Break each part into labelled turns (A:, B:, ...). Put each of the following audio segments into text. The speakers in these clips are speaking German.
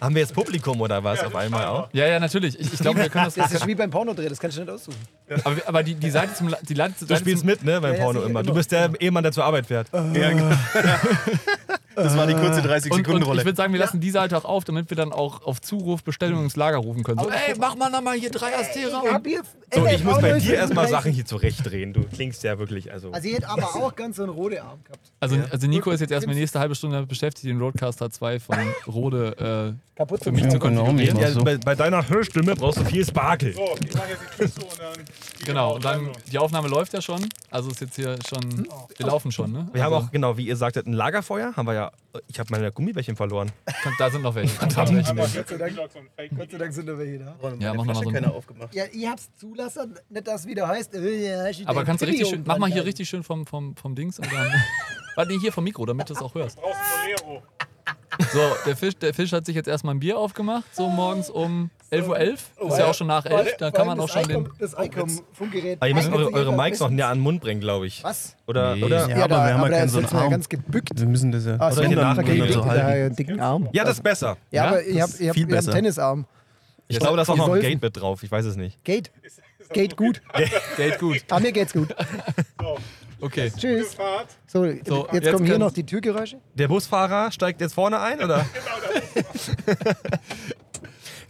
A: Haben wir jetzt Publikum oder was auf einmal auch?
B: Ja, ja, natürlich. Ich, ich glaube, wir können das.
C: Das ist wie beim Pornodreh, das kannst du nicht aussuchen.
B: Aber, aber die, die Seite zum. La- Die Seite,
A: Du spielst mit, ne, beim
C: Ja, ja,
A: Porno
C: sicher,
A: immer. Du
C: immer. Äh,
A: bist der Ehemann, der zur Arbeit fährt.
D: Das war die kurze
B: Und, und
D: 30-Sekunden-Rolle.
B: ich würde sagen, wir lassen die Seite auch auf, damit wir dann auch auf Zuruf Bestellungen ins Lager rufen können. So, ey, mach mal nochmal hier drei Astera.
C: Ich hab hier
A: So,
C: LFV
A: Oh, ich muss bei
C: 1935.
A: dir erstmal Sachen hier zurechtdrehen. Du klingst ja wirklich, also...
C: Also, ich hätte aber auch ganz so einen roten Arm gehabt.
B: Also, also Nico ist jetzt erstmal die nächste halbe Stunde beschäftigt, den Roadcaster 2 von Rode äh,
C: Kaputt
B: für mich zu konfigurieren.
A: Ja, bei, bei deiner Hörstimme brauchst du viel Sparkel.
E: So, ich mache jetzt die Kiste und dann.
B: Genau, und dann, die Aufnahme läuft ja schon. Also ist jetzt hier schon, wir laufen schon, ne?
A: Wir haben
B: also,
A: auch, genau, wie ihr sagtet, ein Lagerfeuer. Haben wir ja. Ich habe meine Gummibärchen verloren.
B: komm, da sind noch welche.
E: Aber jetzt
C: sei
E: sind
C: Dank.
E: die Logs und Fake.
C: Gott sei Dank sind da welche da.
D: Und
B: Ja, mach noch mal
D: meine Flasche
B: so ein-
D: keiner aufgemacht.
C: Ja, ihr habt's zulassen, nicht dass wieder heißt. Äh, ja, hast du
B: Aber
C: dein
B: kannst du richtig schön,
C: Premium
B: mach mal hier
C: dran
B: richtig schön vom, vom, vom Dings und dann. Warte, nee, hier vom Mikro, damit du es auch hörst.
E: Brauchst ein Bolero.
B: So, der Fisch, der Fisch hat sich jetzt erstmal ein Bier aufgemacht, so morgens um 11.11 Uhr. Ist ja auch schon nach
C: Oh, Vor allem-
B: 11, da
C: vor
B: kann
C: allem
B: man auch
C: das
B: schon den. Oh,
C: Icon- Das Icom-Funkgerät.
A: Aber ihr müsst
C: eignet
A: eure,
C: sich
A: eure
C: einfach
A: Mikes noch
C: bestens.
A: näher an den Mund bringen, glaube ich.
C: Was?
A: Oder,
B: Nee.
A: oder? Ja.
D: Ja,
C: Ja, da-
D: aber wir haben ja
C: aber da
D: keinen
C: ist
D: so einen
C: jetzt mal
D: Arm.
C: ganz gebückt. Also
D: Wir müssen das ja.
C: Ach so,
A: Wenn ihr
C: da-
A: nachgehen
C: da-
A: und so
C: da-
D: halten.
C: da- um dicken Arm.
A: das ist besser.
C: Ja,
B: Ja,
C: aber ihr
D: das
C: habt,
D: ist
C: ihr habt, ihr
D: viel
C: habt
D: besser.
C: einen Tennisarm.
A: Ich glaube, da ist auch noch ein
C: Säufen.
A: Gate mit drauf. Ich weiß es nicht.
C: Geht. Geht gut.
B: Geld gut.
C: Ah, mir geht's gut.
B: Okay.
C: Tschüss.
E: Fahrt.
C: So,
B: So,
C: jetzt,
B: jetzt
C: kommen hier
B: können-
C: noch die Türgeräusche.
A: Der Busfahrer steigt jetzt vorne ein, oder?
B: Genau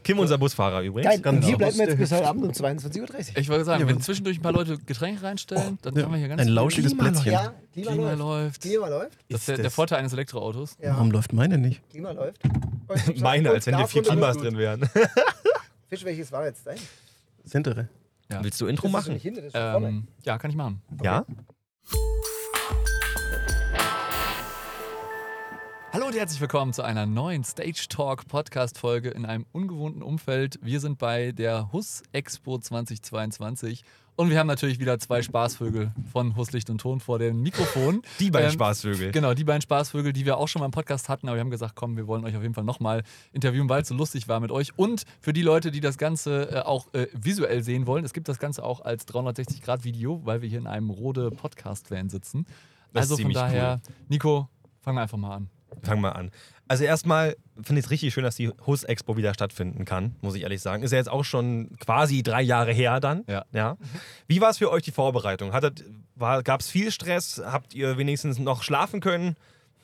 A: Kim, unser Busfahrer übrigens.
C: Geil, und hier
D: genau.
C: bleiben wir jetzt bis heute Abend um 22.30 Uhr.
B: Ich wollte sagen, wenn zwischendurch ein paar Leute Getränke reinstellen, dann haben wir hier ganz
D: Ein
B: viel
D: lauschiges Plätzchen.
C: Ja, Klima,
B: Klima
C: läuft.
B: läuft.
C: Klima
B: Das
C: läuft.
B: ist der,
D: Ist
B: der
D: das-
B: Vorteil eines Elektroautos.
D: Warum läuft meine nicht?
C: Klima läuft.
A: Meine, als wenn hier vier Klimas drin wären.
C: Fisch, welches war jetzt dein?
D: Das hintere.
A: Willst du Intro
C: Das ist
A: machen?
C: nicht hinter, das ist schon vorne.
B: Ähm, ja, kann ich machen.
A: Ja?
B: Hallo und herzlich willkommen zu einer neuen Stage Talk Podcast Folge in einem ungewohnten Umfeld. Wir sind bei der Hus Expo 2022 und wir haben natürlich wieder zwei Spaßvögel von Hus Licht und Ton vor dem Mikrofon.
A: Die beiden
B: Ähm,
A: Spaßvögel.
B: Genau, die beiden Spaßvögel, die wir auch schon mal im Podcast hatten, aber wir haben gesagt, komm, wir wollen euch auf jeden Fall nochmal interviewen, weil es so lustig war mit euch. Und für die Leute, die das Ganze äh, auch äh, visuell sehen wollen, es gibt das Ganze auch als 360-Grad-Video, weil wir hier in einem Rode Podcast-Van sitzen.
A: Das ist
B: also von
A: ziemlich
B: daher, Nico, fangen wir einfach mal an.
A: Fangen wir an. Also erstmal finde ich es richtig schön, dass die Hus Expo wieder stattfinden kann, muss ich ehrlich sagen. Ist ja jetzt auch schon quasi drei Jahre her dann.
B: Ja.
A: Wie war es für euch die Vorbereitung? Gab es viel Stress? Habt ihr wenigstens noch schlafen können?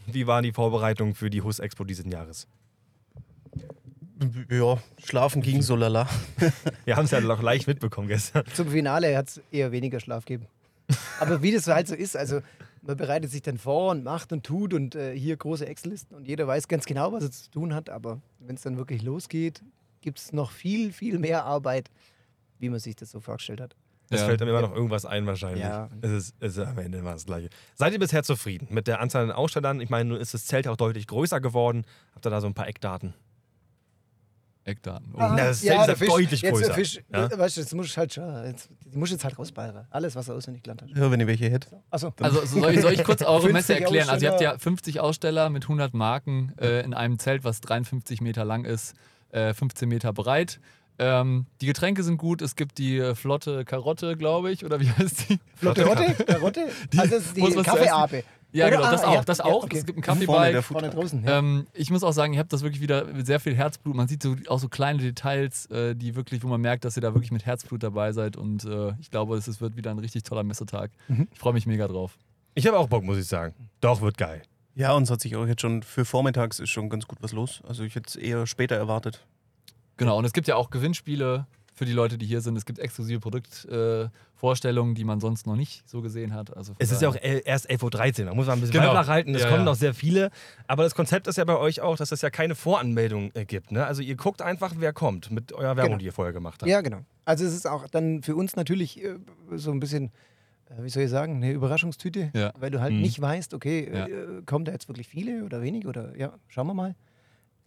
A: Wie war die Vorbereitung für die Hus Expo diesen Jahres?
D: Ja, schlafen ging so lala.
A: Wir haben es ja noch leicht mitbekommen gestern.
C: Zum Finale hat es eher weniger Schlaf gegeben. Aber wie das halt so ist, also man bereitet sich dann vor und macht und tut und äh, hier große Excel-Listen und jeder weiß ganz genau, was er zu tun hat. Aber wenn es dann wirklich losgeht, gibt es noch viel, viel mehr Arbeit, wie man sich das so vorgestellt hat.
A: Es
B: Ja.
A: fällt einem immer noch irgendwas ein wahrscheinlich.
C: Ja.
A: Es, ist, es ist am Ende immer das Gleiche. Seid ihr bisher zufrieden mit der Anzahl an Ausstellern? Ich meine, nun ist das Zelt ja auch deutlich größer geworden. Habt ihr da so ein paar Eckdaten?
B: Eckdaten. Oh.
C: Ah,
A: das ist ja
C: der Fisch,
A: deutlich
C: jetzt
A: größer,
C: Der Fisch,
A: ja?
C: Weißt du, jetzt muss ich halt schon, jetzt, die muss jetzt halt rausballern. Alles, was er auswendig gelernt hat.
D: Ja, wenn ihr welche hättet.
C: Achso,
B: Also so- soll ich, soll ich kurz eure
C: 50
B: Messe erklären? Also ihr habt
C: Aussteller.
B: ja 50 Aussteller mit 100 Marken äh, in einem Zelt, was 53 Meter lang ist, äh, 15 Meter breit. Ähm, die Getränke sind gut, es gibt die äh, flotte Karotte, glaube ich, oder wie heißt die?
C: Flotte Rotte? Karotte? Also das ist
B: Muss
C: die
B: was zu
C: Kaffeeape.
B: Ja,
C: Oder?
B: genau, das
C: Ah,
B: auch,
C: ja,
B: das
C: ja,
B: auch.
C: okay.
B: Es gibt einen
D: Vorne der
B: Kaffeebike.
C: Vorne draußen, ja.
B: Ähm, ich muss auch sagen, ich habe das wirklich wieder mit sehr viel Herzblut. Man sieht so, auch so kleine Details, äh, die wirklich, wo man merkt, dass ihr da wirklich mit Herzblut dabei seid. Und äh, ich glaube, es ist- wird wieder ein richtig toller Messetag.
C: Mhm.
B: Ich freue mich mega drauf.
A: Ich habe auch Bock, muss ich sagen. Doch, wird geil.
D: Ja, uns hat sich auch jetzt schon für vormittags ist schon ganz gut was los. Also ich hätte es eher später erwartet.
B: Genau, und es gibt ja auch Gewinnspiele für die Leute, die hier sind. Es gibt exklusive Produktvorstellungen, äh, Vorstellungen, die man sonst noch nicht so gesehen hat. Also von
A: Es ist ja auch
B: daher-
A: el- erst 11.13 Uhr, da muss man ein bisschen
B: Genau.
A: genau. nachhalten, es
B: Ja,
A: kommen
B: ja.
A: noch sehr viele. Aber das Konzept ist ja bei euch auch, dass es ja keine Voranmeldung äh, gibt. Ne? Also ihr guckt einfach, wer kommt mit eurer Werbung,
C: Genau.
A: die ihr vorher gemacht habt.
C: Ja, genau. Also es ist auch dann für uns natürlich äh, so ein bisschen, äh, wie soll ich sagen, eine Überraschungstüte,
B: Ja.
C: weil du halt
A: Mhm.
C: nicht weißt, okay,
B: Ja.
C: äh, kommen da jetzt wirklich viele oder wenig oder ja, schauen wir mal.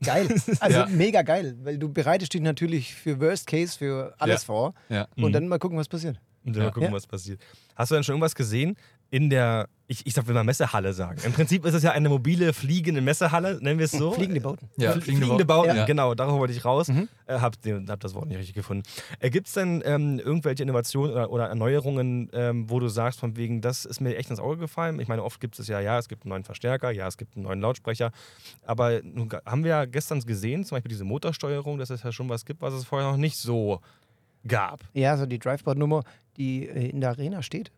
C: Geil. Also
B: Ja.
C: mega geil, weil du bereitest dich natürlich für Worst Case, für alles
B: Ja.
C: vor
B: Ja. Mhm.
C: und dann mal gucken, was passiert.
A: Und dann mal gucken,
C: Ja.
A: was passiert. Hast du denn schon irgendwas gesehen in der, ich ich, ich sag, will mal Messehalle sagen. Im Prinzip ist es ja eine mobile, fliegende Messehalle, nennen wir es so.
C: Fliegende Mhm. Bauten.
B: Ja,
A: Fl-
B: fliegende
A: fliegende,
B: Bau-
A: Bauten,
B: ja.
A: genau, darauf wollte ich raus. Äh, hab, den- hab das Wort nicht richtig gefunden. Äh, Gibt es denn ähm, irgendwelche Innovationen oder, oder Erneuerungen, ähm, wo du sagst, von wegen, das ist mir echt ins Auge gefallen? Ich meine, oft gibt es ja, ja, es gibt einen neuen Verstärker, ja, es gibt einen neuen Lautsprecher. Aber nun, ga- haben wir ja gestern gesehen, zum Beispiel diese Motorsteuerung, dass es ja schon was gibt, was es vorher noch nicht so gab.
C: Ja, so die Driveboard-Nummer, die äh, in der Arena steht.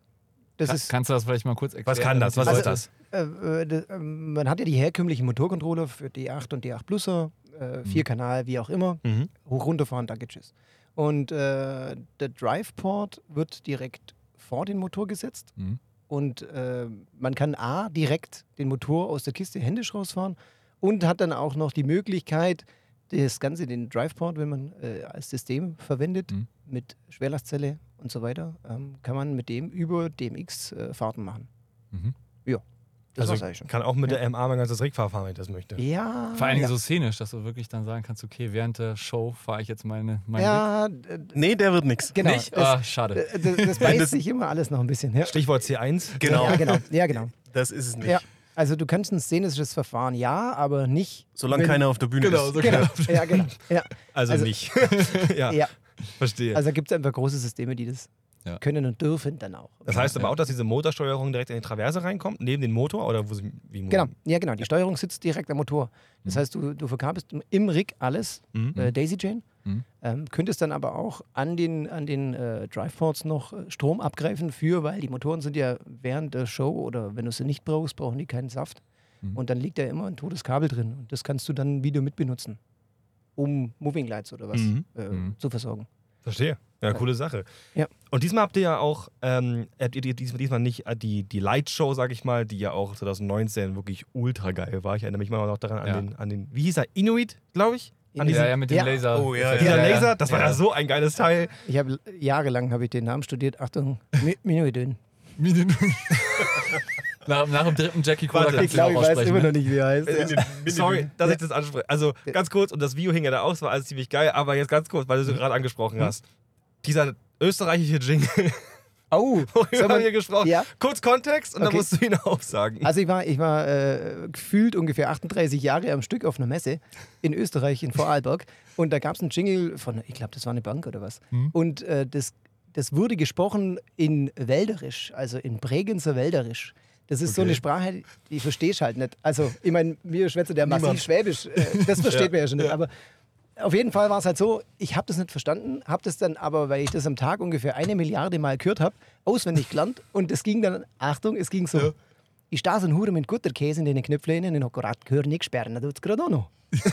C: Das
B: Ka-
C: ist
B: Kannst du das vielleicht mal kurz erklären?
A: Was kann das? Was
C: Also-
A: soll das?
C: Äh, äh, d- ähm, man hat ja die herkömmlichen Motorcontroller für D8 und D8 Pluser, äh, Vierkanal, wie auch immer,
A: Mhm.
C: hoch runterfahren, danke, tschüss. Und äh, der Driveport wird direkt vor den Motor gesetzt
B: Mhm.
C: und äh, man kann A, direkt den Motor aus der Kiste händisch rausfahren und hat dann auch noch die Möglichkeit, das Ganze, den Driveport, wenn man äh, als System verwendet,
B: Mhm.
C: mit Schwerlastzelle und so weiter, ähm, kann man mit dem über DMX äh, Fahrten machen.
B: Mhm.
C: Ja, das war's
A: also
C: eigentlich schon.
A: kann auch mit der MA mein ganzes Rig fahren, wenn ich das möchte.
C: Ja.
B: Vor allen Dingen
C: ja.
B: so szenisch, dass du wirklich dann sagen kannst, okay, während der Show fahre ich jetzt meine, meine
C: Ja, d- d-
D: Nee, der wird nix.
C: genau.
B: Nicht?
C: Das,
B: Ah, schade.
C: d- d- das beißt sich immer alles noch ein bisschen. Ja.
A: Stichwort C1.
D: Genau.
C: Ja, genau. Ja, genau.
D: Das ist es nicht.
C: Ja. Also du kannst ein szenisches Verfahren, ja, aber nicht.
D: Solange
C: wenn-
D: keiner auf der Bühne
B: Genau,
D: ist.
B: so
C: Genau. Ja, genau. Ja,
A: Also,
C: Also-
A: nicht. ja,
C: ja.
A: verstehe.
C: Also gibt es einfach große Systeme, die das
B: Ja.
C: können und dürfen dann auch.
A: Das heißt aber
B: Ja.
A: auch, dass diese Motorsteuerung direkt in die Traverse reinkommt, neben den Motor oder wo sie, wie mu-
C: Genau, ja genau. Die Steuerung sitzt direkt am Motor. Das
B: Mhm.
C: heißt, du, du verkabelst im Rig alles,
A: Mhm.
C: äh, Daisy Chain.
B: Mhm.
C: Ähm, könntest dann aber auch an den, an den äh, Driveports noch äh, Strom abgreifen für, weil die Motoren sind ja während der Show oder wenn du sie nicht brauchst, brauchen die keinen Saft.
B: Mhm.
C: Und dann liegt da immer ein totes Kabel drin. Und das kannst du dann wieder mitbenutzen, um Moving Lights oder was
A: Mhm.
C: äh,
B: Mhm.
C: zu versorgen.
A: Verstehe. Ja, coole Sache.
C: Ja.
A: Und diesmal habt ihr ja auch, ähm, habt ihr die- diesmal, diesmal nicht äh, die, die Lightshow, sag ich mal, die ja auch 2019 wirklich ultra geil war. Ich erinnere mich mal noch daran an,
B: Ja.
A: den, an den, wie hieß er, Inuit, glaube ich? An diesen,
B: Ja, ja, mit dem
C: Ja.
B: Laser.
D: Oh, ja,
A: Dieser
D: ja,
A: Laser, das war ja. so ein geiles Teil.
C: Ich habe jahrelang habe ich den Namen studiert. Achtung, Mi- Minoidön.
B: nach, nach dem dritten Jackie Cola
A: Warte,
B: kannst du ihn auch aussprechen. ne?
C: nicht, wie er heißt.
A: Sorry, dass ich das anspreche. Also ganz kurz, und das Video hing ja da auch, es war alles ziemlich geil, aber jetzt ganz kurz, weil du es gerade angesprochen hast. Dieser österreichische Jingle,
C: Oh, soll
A: worüber
C: man-
A: wir gesprochen
C: Ja.
A: Kurz Kontext und dann
C: Okay.
A: musst du ihn aufsagen.
C: Also ich war, ich war äh, gefühlt ungefähr 38 Jahre am Stück auf einer Messe in Österreich, in Vorarlberg. Und da gab es einen Jingle von, ich glaube, das war eine Bank oder was. Und äh, das, das wurde gesprochen in Wälderisch, also in Bregenzer Wälderisch. Das ist so
A: Okay.
C: eine Sprache, die verstehst halt nicht. Also, ich meine, wir schwätzen ja massiv Schwäbisch. Äh, das versteht man ja schon nicht. Aber auf jeden Fall war es halt so, ich habe das nicht verstanden, habe das dann aber, weil ich das am Tag ungefähr eine Milliarde Mal gehört habe, auswendig gelernt. Und es ging dann, Achtung, es ging so. Ich stehe so ein Hure mit guter Käse in den Knöpflehnen und habe gerade gehört, nicht sperren, da tut's gerade auch noch.
A: Und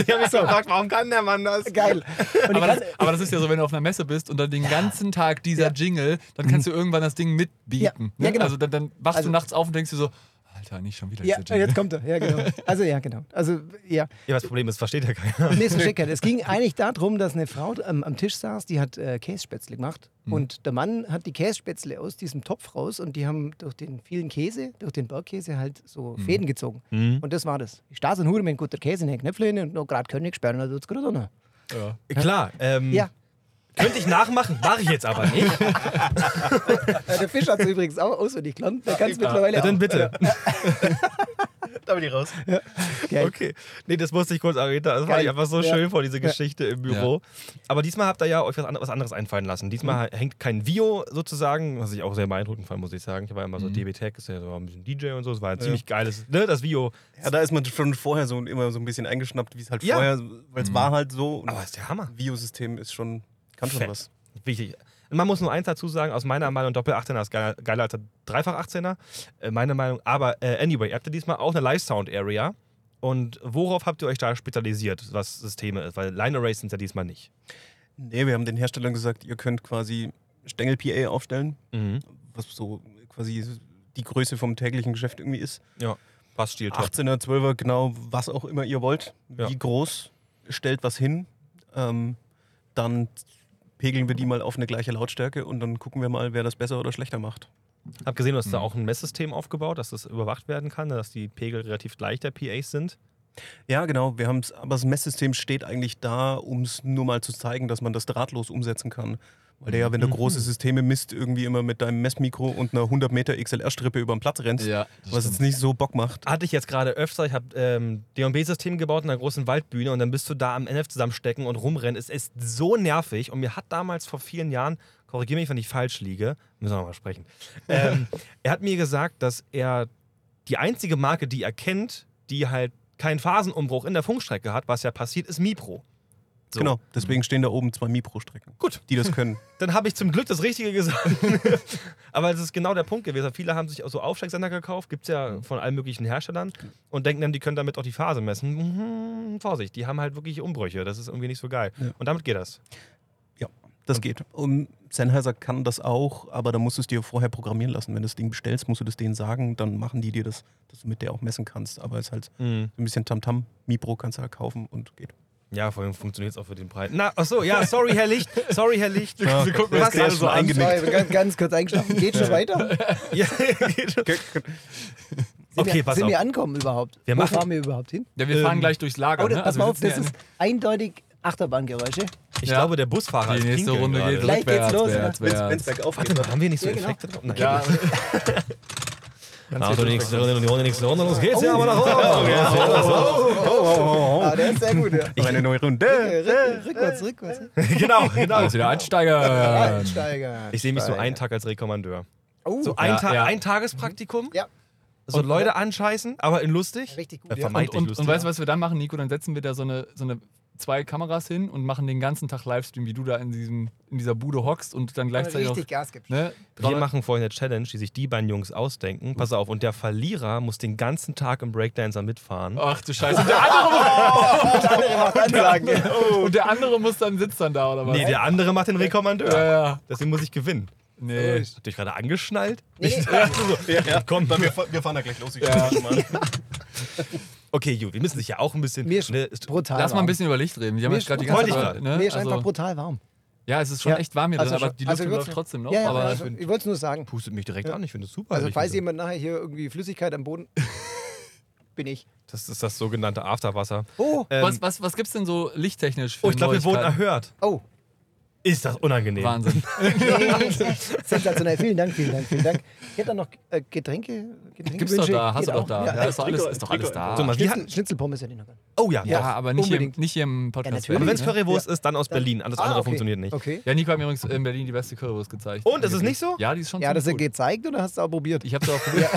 A: ich habe mich gefragt, warum kann der Mann das?
C: Geil. Und ich
B: Aber das,
C: kann,
B: aber das ist ja so, wenn du auf einer Messe bist und dann den ganzen Tag dieser Jingle, dann kannst du
A: Mhm.
B: irgendwann das Ding mitbieten.
C: Ja, ja,
B: ne?
C: genau.
B: Also dann, dann wachst
C: Also-
B: du nachts auf und denkst dir so, Alter, nicht schon wieder
C: ja,
B: dieser Jingle.
C: jetzt kommt er. Ja, genau. Also, ja, genau. Also, ja.
A: Ja, das Problem ist, versteht ja keiner.
C: Nee, es versteht keiner. Es ging eigentlich darum, dass eine Frau am, am Tisch saß, die hat äh, Kässpätzle gemacht.
A: Mhm.
C: Und der Mann hat die Kässpätzle aus diesem Topf raus und die haben durch den vielen Käse, durch den Bergkäse halt so
A: Mhm.
C: Fäden gezogen. Und das war das. Ich saß in Hure mit guter Käse in den Knöpfchen und noch gerade Königsperren, da tut's gerade auch noch.
B: Ja.
A: Klar, ähm,
C: Ja.
A: könnte ich nachmachen, mache ich jetzt aber nicht.
C: Äh, der Fisch hat es übrigens auch auswendig gelernt. Der kann es mittlerweile
A: Ja, dann
C: auch.
A: bitte.
D: Da bin ich raus.
C: Geil.
A: Okay. Nee, das musste ich kurz erwähnen. Das fand
C: Geil.
A: ich einfach so
C: Ja.
A: schön vor, diese Geschichte im Büro. Aber diesmal habt ihr ja euch was an- was anderes einfallen lassen. Diesmal
C: Mhm.
A: hängt kein Vio sozusagen, was ich auch sehr beeindruckend fand, muss ich sagen. Ich war immer so DB Tech, ist ja so ein bisschen DJ und so. Es war ein ziemlich geiles, ne, das Vio.
D: Ja, da ist man schon vorher so immer so ein bisschen eingeschnappt, wie es halt
A: Ja.
D: vorher, weil
B: Mhm.
D: es war halt so. Und
A: Aber ist der Hammer.
D: Videosystem ist schon, kann schon
A: Fett.
D: was.
A: Wichtig. Man muss nur eins dazu sagen, aus meiner Meinung Doppel-18er ist geiler, geiler als der Dreifach-18er. Äh, meine Meinung. Aber äh, anyway, ihr habt ja diesmal auch eine Live-Sound-Area. Und worauf habt ihr euch da spezialisiert, was Systeme ist? Weil Line Arrays sind ja diesmal nicht.
D: Nee, wir haben den Herstellern gesagt, ihr könnt quasi Stängel-PA aufstellen,
A: Mhm.
D: was so quasi die Größe vom täglichen Geschäft irgendwie ist.
A: Ja. Passstil, top.
D: 18er, 12er, genau, was auch immer ihr wollt.
A: Ja.
D: Wie groß, stellt was hin. Ähm, dann pegeln wir die mal auf eine gleiche Lautstärke und dann gucken wir mal, wer das besser oder schlechter macht.
A: Hab gesehen, du hast da auch ein Messsystem aufgebaut, dass das überwacht werden kann, dass die Pegel relativ gleich der PAs sind.
D: Ja, genau. Wir haben's, aber das Messsystem steht eigentlich da, um es nur mal zu zeigen, dass man das drahtlos umsetzen kann. Weil der ja, wenn du
A: Mhm.
D: große Systeme misst, irgendwie immer mit deinem Messmikro und einer 100 Meter XLR-Strippe über den Platz rennst,
B: Ja, das
D: was jetzt nicht so Bock macht.
A: Hatte ich jetzt gerade öfter. Ich habe ähm, DB-System gebaut in einer großen Waldbühne und dann bist du da am NF zusammenstecken und rumrennen. Es ist so nervig und mir hat damals vor vielen Jahren, korrigiere mich, wenn ich falsch liege, müssen wir noch mal sprechen. ähm, er hat mir gesagt, dass er die einzige Marke, die er kennt, die halt keinen Phasenumbruch in der Funkstrecke hat, was ja passiert, ist Mipro. So.
D: Genau, deswegen stehen da oben zwei Mipro-Strecken.
A: Gut.
D: Die das können.
A: Dann habe ich zum Glück das Richtige gesagt. Aber es ist genau der Punkt gewesen. Viele haben sich auch so Aufsteigsender gekauft, gibt es ja
C: Mhm.
A: von allen möglichen Herstellern und denken dann, die können damit auch die Phase messen. Mhm, Vorsicht, die haben halt wirklich Umbrüche. Das ist irgendwie nicht so geil. Und damit geht das.
D: Ja, das geht. Und Sennheiser kann das auch, aber da musst du es dir vorher programmieren lassen. Wenn du das Ding bestellst, musst du das denen sagen, dann machen die dir das, dass du mit der auch messen kannst. Aber es ist halt
A: Mhm.
D: so ein bisschen Tamtam. Mipro kannst du halt kaufen und geht.
A: Ja, vor allem funktioniert es auch für den Preis. Na, ach so, ja, sorry, Herr Licht. Sorry, Herr Licht.
D: Ja,
A: Wir gucken
D: das
A: was
D: ist
A: gerade
D: schon
A: so an.
D: einge-
C: Sorry, ich bin ganz, ganz kurz eingeschlafen. Geht schon weiter?
A: Ja, geht schon.
C: Sind
A: Okay,
C: wir,
A: pass
C: sind wir
A: auf.
C: ankommen überhaupt?
A: Wir
C: Wo
A: machen-
C: fahren wir überhaupt hin?
B: Ja, wir fahren gleich durchs Lager.
C: Oh, das,
B: ne?
C: pass
B: wir
C: mal auf,
B: sitzen
C: das
B: ja
C: ist
B: in-
C: eindeutig Achterbahngeräusche.
A: Ich
B: Ja.
A: glaube, der Busfahrer
B: die
A: ist
B: nächste
A: pinkeln
B: Runde geht
A: gerade.
C: Gleich geht's los,
B: rückwärts,
D: Wenn's-
B: rückwärts.
D: wenn's bergauf
A: Warte mal, haben wir nicht so
C: Ja, genau.
A: Effekte drauf? Nein.
B: Ja,
A: Also die nächste Runde, die Runde, die nächste Runde. Los geht's Oh. ja, aber nach oben.
B: Oh.
D: Oh,
C: Ah, der ist sehr gut. Ja.
D: Noch eine neue Runde.
C: Rück- Rückwärts, rückwärts.
B: Ähm,
A: Genau, genau.
B: Alles wieder Einsteiger.
C: Einsteiger.
A: Ich sehe mich so einen Tag als Rekommandeur.
C: Oh,
A: So ein,
B: Ja,
A: Ta
B: ja.
A: ein Tagespraktikum?
C: Ja.
A: So Leute anscheißen, aber in lustig?
C: richtig
A: Äh,
C: gut. Ja.
B: Und,
A: vermeintlich
B: und,
A: lustig.
B: und weißt du, was wir dann machen, Nico? Dann setzen wir da so eine, so eine zwei Kameras hin und machen den ganzen Tag Livestream, wie du da in, diesem, in dieser Bude hockst und dann gleichzeitig
C: Richtig Gas gibt.
B: auch. Ne?
A: wir machen vorhin eine Challenge, die sich die beiden Jungs ausdenken. Pass auf, und der Verlierer muss den ganzen Tag im Breakdancer mitfahren.
B: Ach du Scheiße. Und der andere,
C: Oh, Ansagen. Oh.
B: und der andere muss dann sitzt dann da, oder was?
A: Nee, der andere macht den
B: ja,
A: Rekommandeur.
B: ja.
A: Deswegen muss ich gewinnen.
B: Nee.
A: Habt ihr euch gerade angeschnallt?
C: Nee.
A: so. Komm,
D: Wir, fa- wir fahren da gleich los. Ich
B: Ja.
D: schon mal.
A: okay, gut, wir müssen dich ja auch ein bisschen.
C: Mir ist
A: ne, ist-
C: brutal.
B: Lass mal ein
C: warm.
B: bisschen über Licht reden. Die haben
C: Mir
B: jetzt gerade die
C: ist-
B: ganze
A: wollte ich
B: Zeit. Ne?
C: Mir ist einfach
B: Also,
C: brutal warm.
B: ja, es ist schon
C: Ja.
B: echt warm hier drin,
C: Also
B: aber
C: schon-
B: die Luft
C: also
B: läuft
C: kurz-
B: trotzdem noch.
C: Ja, ja,
B: aber
C: also, ich wollte es nur sagen.
A: Pustet mich direkt an, ich finde es super.
C: Also
A: Ich
C: falls
A: finde-
C: jemand nachher hier irgendwie Flüssigkeit am Boden bin ich.
A: das ist das sogenannte Afterwasser.
C: Oh,
A: Ähm,
B: was, was, was gibt's denn so lichttechnisch für
A: oh, ich glaube, wir wurden
B: Neuigkeiten?
A: erhört.
C: oh,
A: Ist das unangenehm.
B: Wahnsinn.
C: sensationell. Vielen Dank, vielen Dank, vielen Dank. Ich hätte da noch äh, Getränke, Getränke
B: Gibt's doch da, hast du doch da. Ja, ist, doch alles, ist doch alles da.
A: So, mal, wir hatten,
C: Schnitzel, Schnitzelpommes hätte ich noch. gern.
A: oh ja,
B: Ja,
A: doch.
B: aber nicht hier, im-
C: unbedingt.
B: nicht hier im Podcast.
C: Ja,
A: Aber
C: natürlich.
A: wenn es Currywurst ist, dann aus
C: Dann-
A: Berlin. Alles
C: Ah,
A: andere
C: okay.
A: funktioniert nicht.
C: Okay.
B: Ja, Nico hat mir übrigens in Berlin die beste Currywurst gezeigt.
A: Und, ist es nicht so?
B: Ja, die ist schon
C: Ja, das ist
B: ziemlich gut.
C: gezeigt oder hast du auch probiert?
B: Ich habe sie auch probiert.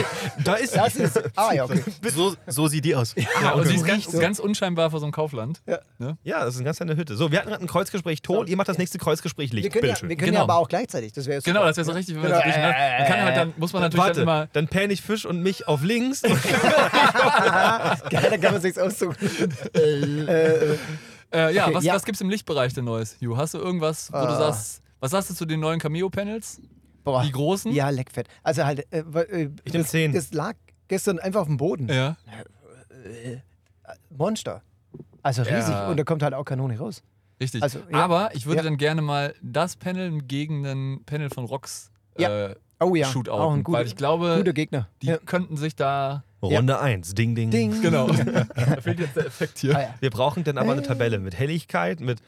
A: Da ist
C: Das ist Ah ja, okay.
D: So, so sieht die aus.
B: ja, und sie ist
A: okay.
B: ganz, ganz unscheinbar vor so einem Kaufland.
A: Ja, das ist eine ganz kleine Hütte. So, wir hatten gerade ein Kreuzgespräch tot. Ihr macht das nächste Kreuzgespräch Licht.
C: Wir können, ja,
A: Bitteschön.
C: wir können ja
B: Genau.
C: aber auch gleichzeitig. Das wäre
B: Genau, das wäre so richtig, wenn man
C: Genau.
B: das richtig Man kann halt dann, muss man natürlich
A: Äh, Warte,
B: dann immer.
A: dann pan ich Fisch und mich auf links.
C: Geil, da kann man sich's aussuchen. äh, äh,
B: Äh, ja,
C: Okay,
B: was,
C: ja.
B: was gibt's im Lichtbereich denn Neues, Ju? Hast du irgendwas, wo du
C: Ah.
B: sagst, was sagst du zu den neuen Cameo-Panels?
C: boah.
B: Die großen?
C: Ja, leckfett. Also halt, äh, weil, äh,
A: Ich nehm
C: das,
A: zehn.
C: das lag gestern einfach auf dem Boden.
B: Ja.
C: Monster. Also riesig.
B: Ja.
C: Und da kommt halt auch Kanone raus.
B: Richtig.
C: Also, ja.
B: Aber ich würde
C: Ja.
B: dann gerne mal das Panel gegen ein Panel von Rocks
C: Ja.
B: äh,
C: Oh ja,
B: shootouten.
C: auch ein guter,
B: weil ich glaube,
C: guter Gegner.
B: die
C: Ja.
B: könnten sich da.
A: Runde 1. Ding, ding.
C: Ding.
B: Genau. da fehlt jetzt der Effekt hier.
C: Ah, ja.
A: Wir brauchen dann aber eine Tabelle mit Helligkeit, mit.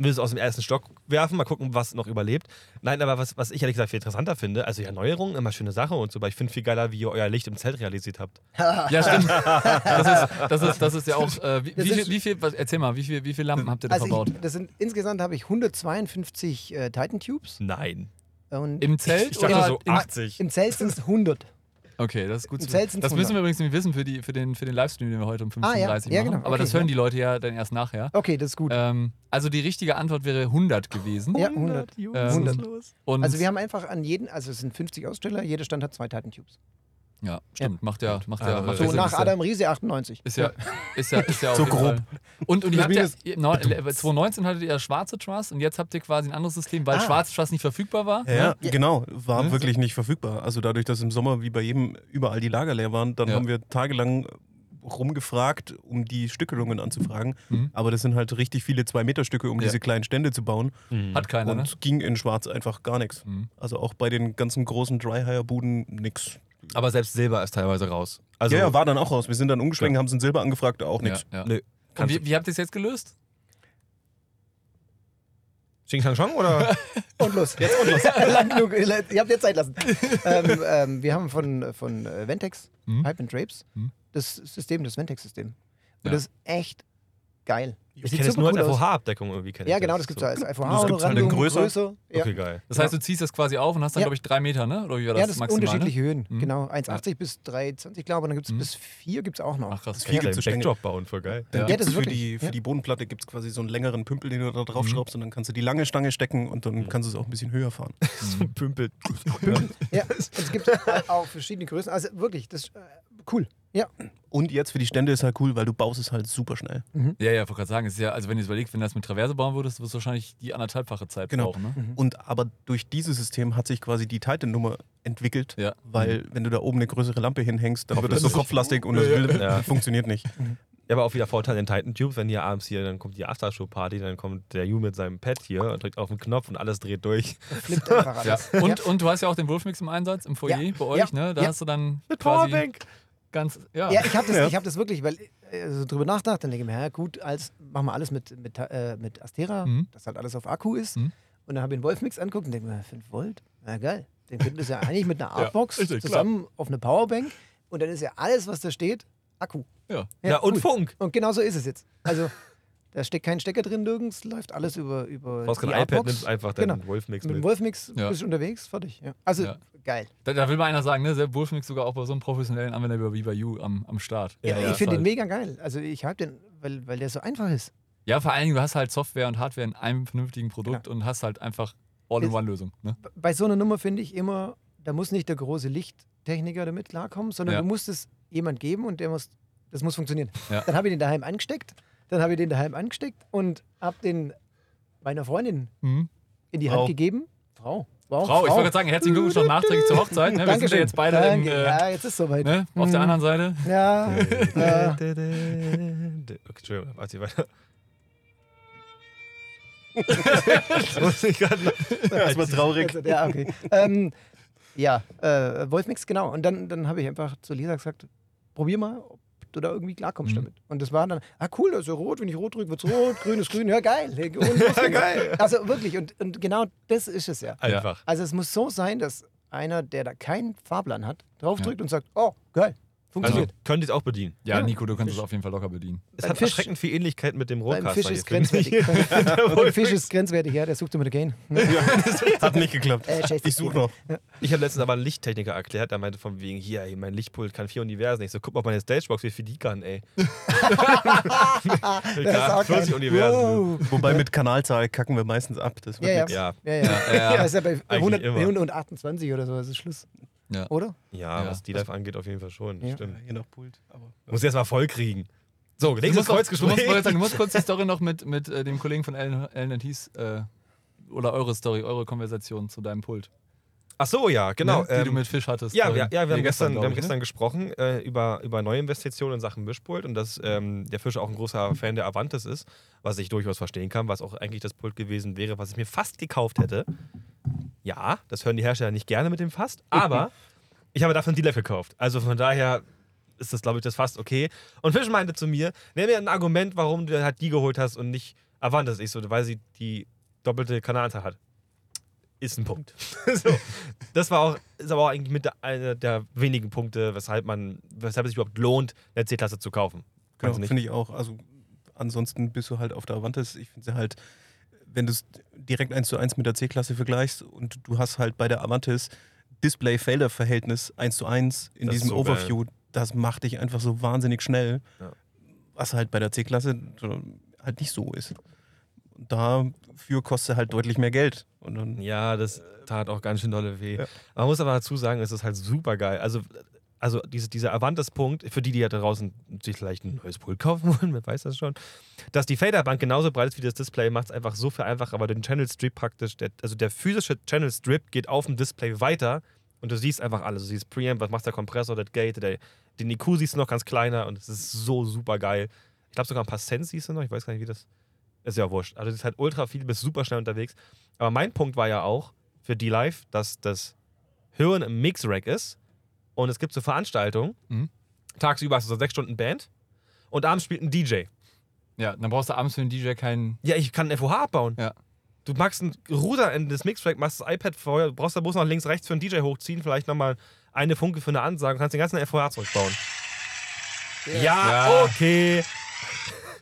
A: Wir müssen es aus dem ersten Stock werfen, mal gucken, was noch überlebt. Nein, aber was, was ich ehrlich gesagt viel interessanter finde, also ja, Neuerungen, immer schöne Sache und so, aber ich finde viel geiler, wie ihr euer Licht im Zelt realisiert habt.
B: Ja, stimmt. Das ist, das ist, das ist ja auch. Äh, wie,
C: Das
B: wie,
C: ist-
B: viel, wie viel, was, erzähl mal, wie viel, wie viel Lampen habt ihr da
C: Also
B: verbaut?
C: ich, das sind, insgesamt habe ich 152 äh, Titan Tubes.
A: Nein.
C: Und
B: Im Zelt?
A: Ich
B: oder
A: dachte so
B: im,
A: 80.
C: Im Zelt sind es 100.
B: okay, das ist gut.
C: im
B: zu
C: Zelt
B: wissen.
C: sind's
B: Das müssen wir
C: 100.
B: übrigens nicht wissen für, die, für, den, für den Livestream, den wir heute um 15.30
C: Ah, ja.
B: Uhr
C: Ja,
B: machen.
C: genau.
B: Aber das
C: Okay,
B: hören
C: ja.
B: die Leute ja dann erst nachher.
C: Okay, das ist gut.
B: Ähm, also die richtige Antwort wäre 100 gewesen.
C: ja, 100.
A: Jungs,
B: Ähm,
A: was ist
C: 100.
A: los?
B: Und
C: Also wir haben einfach an jeden, also es sind 50 Aussteller, jeder Stand hat zwei Titan Tubes.
B: ja, stimmt, macht ja, macht ja,
A: Ah,
B: macht ja
C: Also So
B: Sinn,
C: nach
B: Also ist ja-
C: Adam Riese 98.
B: Ist ja, ist ja, ist ja
D: So
B: auf jeden
D: grob.
B: Fall. Und, und ihr habt ja,
D: Minus-
B: ihr- neu- 2019 hattet ihr ja schwarze Trust und jetzt habt ihr quasi ein anderes System, weil
C: Ah.
B: schwarze Trust nicht verfügbar war.
D: Ja, genau. War
B: Ne?
D: wirklich nicht verfügbar. Also dadurch, dass im Sommer wie bei jedem überall die Lager leer waren, dann
B: Ja.
D: haben wir tagelang rumgefragt, um die Stückelungen anzufragen.
B: Mhm.
D: Aber das sind halt richtig viele Zwei-Meter-Stücke, um
B: Ja.
D: diese kleinen Stände zu bauen.
B: Hat keiner,
D: und
B: ne?
D: ging in Schwarz einfach gar nichts.
B: Mhm.
D: Also auch bei den ganzen großen Dry-Hire-Buden nix.
A: Aber selbst Silber ist teilweise raus. Also,
D: ja, ja, war dann auch raus. Wir sind dann umgeschwenkt, haben sie in Silber angefragt, auch nichts.
B: Ja, ja.
A: Nö.
B: Und
A: Kannst-
B: wie, wie habt ihr es jetzt gelöst?
A: Xing Shang Shang oder?
C: Und los. Jetzt und los. Lang genug. äh, Ihr habt jetzt Zeit lassen. ähm, ähm, wir haben von, von äh, Ventex,
B: Mhm.
C: Pipe and Drapes,
B: Mhm.
C: das System, das Ventex-System. Und
B: Ja.
C: das ist echt geil.
A: Ich kenne es nur als FOH-Abdeckung irgendwie. kenn ich
C: Ja, genau, das gibt es
A: So.
C: ja als FOH.
D: Das gibt's halt in größer.
C: Ja.
A: Okay, geil.
B: Das heißt, du ziehst das quasi auf und hast dann,
C: Ja.
B: glaube ich, drei Meter, ne? Oder wie war das,
C: ja, das sind
B: maximal? Ne?
C: unterschiedliche Höhen.
B: Mhm.
C: Genau, 1,80 bis 3,20 glaube ich. Und dann gibt es
B: Mhm.
C: bis 4 gibt es auch noch.
B: Ach krass.
D: Viel
A: Gleich
D: zu
A: einen
D: Stängel.
A: Backdrop bauen, voll geil.
D: Dann
C: Ja,
D: gibt's
C: das ist
D: für,
C: wirklich-
D: die, für
C: ja.
D: die Bodenplatte gibt es quasi so einen längeren Pümpel, den du da drauf schraubst und dann kannst du die lange Stange stecken und dann kannst du es auch ein bisschen höher fahren.
B: Mhm.
A: So ein Pümpel.
C: Ja, und es gibt auch verschiedene Größen. Also wirklich, das ist äh, cool. Ja,
D: Und jetzt für die Stände ist halt cool, weil du baust es halt super schnell.
B: Ja, ja, ich wollte gerade sagen, es ist ja, also wenn du überlegst, wenn du das mit Traverse bauen würdest, wirst du wahrscheinlich die anderthalbfache Zeit
D: Genau.
B: brauchen. Ne?
D: Und aber durch dieses System hat sich quasi die Titan-Nummer entwickelt,
B: Ja.
D: weil wenn du da oben eine größere Lampe hinhängst, dann wird das so
A: Kopflastig.
D: kopflastig und das will,
A: Ja.
D: funktioniert nicht.
A: Ja, aber auch wieder Vorteil in Titan Tubes, wenn hier abends hier, dann kommt die Aftershow-Party, dann kommt der You mit seinem Pad hier und drückt auf den Knopf und alles dreht durch.
C: flippt einfach
B: Ja.
C: alles.
B: Und, und du hast ja auch den Wolfmix im Einsatz im Foyer
C: Ja.
B: bei euch,
C: Ja.
B: ne? Da
C: Ja.
B: hast du dann
A: Mit
B: quasi
A: Powerbank!
B: ganz, ja.
C: Ja, ich habe das, ich hab das wirklich, weil äh, so drüber nachdacht, dann denke ich mir, ja gut, als machen wir alles mit, mit, äh, mit Astera,
B: Mhm.
C: das halt alles auf Akku ist.
B: Mhm.
C: Und dann habe ich den Wolfmix anguckt und denke mir, 5 Volt, na geil. Den könnten das ja eigentlich mit einer
B: Ja,
C: Artbox
B: richtig, klar.
C: zusammen auf eine Powerbank und dann ist ja alles, was da steht, Akku.
B: Ja.
A: Ja, und
C: cool.
A: Funk!
C: Und genau so ist es jetzt. Also, da steckt kein Stecker drin nirgends, läuft alles über, über
A: Brauchst kein
C: die
A: iPad,
C: Artbox.
A: nimmst einfach deinen
C: Genau.
A: Wolfmix
C: Mit dem
A: mit.
C: Wolfmix
B: Ja.
C: bist du unterwegs, fertig. Ja. Also,
B: Ja.
C: geil.
B: Da, da will mal einer sagen, ne? Selbst Wolfmix sogar auch bei so einem professionellen Anwender wie bei You am, am Start.
C: Ja, ich
B: Das
C: finde
B: halt-
C: den mega geil. Also, ich habe den, weil, weil der so einfach ist.
B: Ja, vor allen Dingen, du hast halt Software und Hardware in einem vernünftigen Produkt und hast halt einfach All-in-One-Lösung. Ne?
C: bei so einer Nummer finde ich immer, da muss nicht der große Lichttechniker damit klarkommen, sondern
B: Ja.
C: du musst es jemand geben und der muss, das muss funktionieren.
B: Ja.
C: Dann habe ich den daheim angesteckt, dann habe ich den daheim angesteckt und habe den meiner Freundin
B: Mhm.
C: in die
D: Frau.
C: Hand gegeben. Frau. Wow,
B: Frau, ich wollte gerade sagen, herzlichen Glückwunsch noch nachträglich zur Hochzeit. Ne? Wir sind ja
C: Dankeschön.
B: jetzt beide im,
C: Danke.
B: äh,
C: ja, jetzt ist soweit.
B: ne? auf der
C: Mhm.
B: anderen Seite.
C: Ja, ja.
A: Okay, Entschuldigung, warte weiter. Muss ich grad noch-
D: Das war traurig.
C: Also, ja, okay. ähm, ja, äh, Wolfmix, genau. Und dann, dann habe ich einfach zu Lisa gesagt, probier mal, ob du da irgendwie klarkommst
B: Mhm.
C: damit. Und das war dann, ah cool, das ist ja rot, wenn ich rot drücke, wird es rot, grün ist grün, ja geil. Und ja,
A: geil.
C: Also wirklich, und, und genau das ist es ja.
A: Einfach.
C: Also es muss so sein, dass einer, der da keinen Fahrplan hat, draufdrückt und sagt, oh, geil,
A: Also
C: funktioniert.
A: könnt ihr es auch bedienen.
B: Ja,
C: Ja.
B: Nico, du kannst es auf jeden Fall locker bedienen.
A: Es hat
C: Fisch-
A: erschreckend viel Ähnlichkeit mit dem
C: Beim
A: Rohrkaster.
C: Fisch ist
A: jetzt, finde ich.
C: grenzwertig. Beim Fisch ist grenzwertig, ja, der sucht immer den Gain.
D: Hat nicht geklappt.
C: Äh, scheiße.
D: ich suche noch.
A: Ich habe letztens aber einen Lichttechniker erklärt, der meinte von wegen, hier, ey, mein Lichtpult kann vier Universen. Ich so, guck mal, meine Stagebox, wie viel die kann, ey.
C: Das
A: Egal, 40 Universen.
C: halt. Wow.
D: Wobei mit Kanalzahl kacken wir meistens ab. Das wird
C: Ja, ja.
D: nix.
A: Ja.
C: Ja, ja. ja,
B: ja.
C: ist ja bei
A: Eigentlich
C: 100,
A: immer.
C: 128 oder so, ist Schluss.
B: Ja.
C: Oder?
A: Ja,
B: Ja.
A: was die Live angeht, auf jeden Fall schon.
C: Ja.
A: Stimmt.
D: Je nach Pult. Aber
A: Muss erst mal voll kriegen. So,
B: Du
A: nächstes
B: musst, auch, du, musst,
A: Kreuzgespräch.
B: wollte ich sagen, du musst kurz die Story noch mit, mit äh, dem Kollegen von Ellen, Ellen and Heath, äh, oder eure Story, eure Konversation zu deinem Pult.
A: Ach so, ja, genau.
B: Ne? Die du
A: ähm,
B: mit Fisch hattest.
A: ja,
B: vorhin.
A: wir, ja, wir haben
B: Nee,
A: gestern, wir
B: glaub
A: haben
B: ich, ne?
A: gestern gesprochen äh, über, über neue Investitionen in Sachen Mischpult und dass ähm, der Fisch auch ein großer Fan der Avantis ist, was ich durchaus verstehen kann, was auch eigentlich das Pult gewesen wäre, was ich mir fast gekauft hätte. Ja, das hören die Hersteller nicht gerne mit dem Fast, aber ich habe davon D-Live gekauft. Also von daher ist das, glaube ich, das Fast okay. Und Fisch meinte zu mir, nenn mir ein Argument, warum du halt die geholt hast und nicht Avantis. Ich so, weil sie die doppelte Kanalanzahl hat. Ist ein Punkt. so. Das war auch, ist aber auch eigentlich mit einer der wenigen Punkte, weshalb man, weshalb es sich überhaupt lohnt, eine C-Klasse zu kaufen.
D: Genau,
A: Kannst du
D: finde ich auch. Also ansonsten bist du halt auf der Avantis. Ich finde sie halt, wenn du es direkt eins zu eins mit der C-Klasse vergleichst und du hast halt bei der Avantis Display-Felder-Verhältnis eins zu eins in
A: Das ist
D: diesem
A: so geil.
D: Overview, das macht dich einfach so wahnsinnig schnell,
A: Ja.
D: was halt bei der C-Klasse so halt nicht so ist. Und Dafür kostet halt deutlich mehr Geld. Und dann
A: Ja, das tat auch ganz schön dolle weh.
D: Ja.
A: Man muss aber dazu sagen, es ist halt super geil. Also, also diese, dieser Avantis-Punkt, für die, die ja da draußen sich vielleicht ein neues Pult kaufen wollen, wer weiß das schon, dass die Faderband genauso breit ist wie das Display, macht es einfach so viel einfacher, weil den Channel Strip praktisch, der, also der physische Channel Strip geht auf dem Display weiter und du siehst einfach alles. Du siehst Preamp, was macht der Kompressor, das Gate, der, den EQ siehst du noch ganz kleiner und es ist so super geil. Ich glaube sogar ein paar Cent siehst du noch, ich weiß gar nicht, wie das. Ist ja wurscht. Also, das ist halt ultra viel, bist super schnell unterwegs. Aber mein Punkt war ja auch für die Live, dass das Hören im Mixrack ist und es gibt so Veranstaltungen.
B: Mhm.
A: Tagsüber hast du so sechs Stunden Band und abends spielt ein DJ.
B: ne? Ja, dann brauchst du abends für den DJ keinen.
A: Ja, ich kann ein FOH abbauen.
B: Ja.
A: Du machst ein Ruder in das Mixtrack, machst das iPad vorher, brauchst da bloß noch links, rechts für einen DJ hochziehen, vielleicht nochmal eine Funke für eine Ansage und kannst den ganzen FVH zurückbauen. Ja,
B: Ja.
A: okay.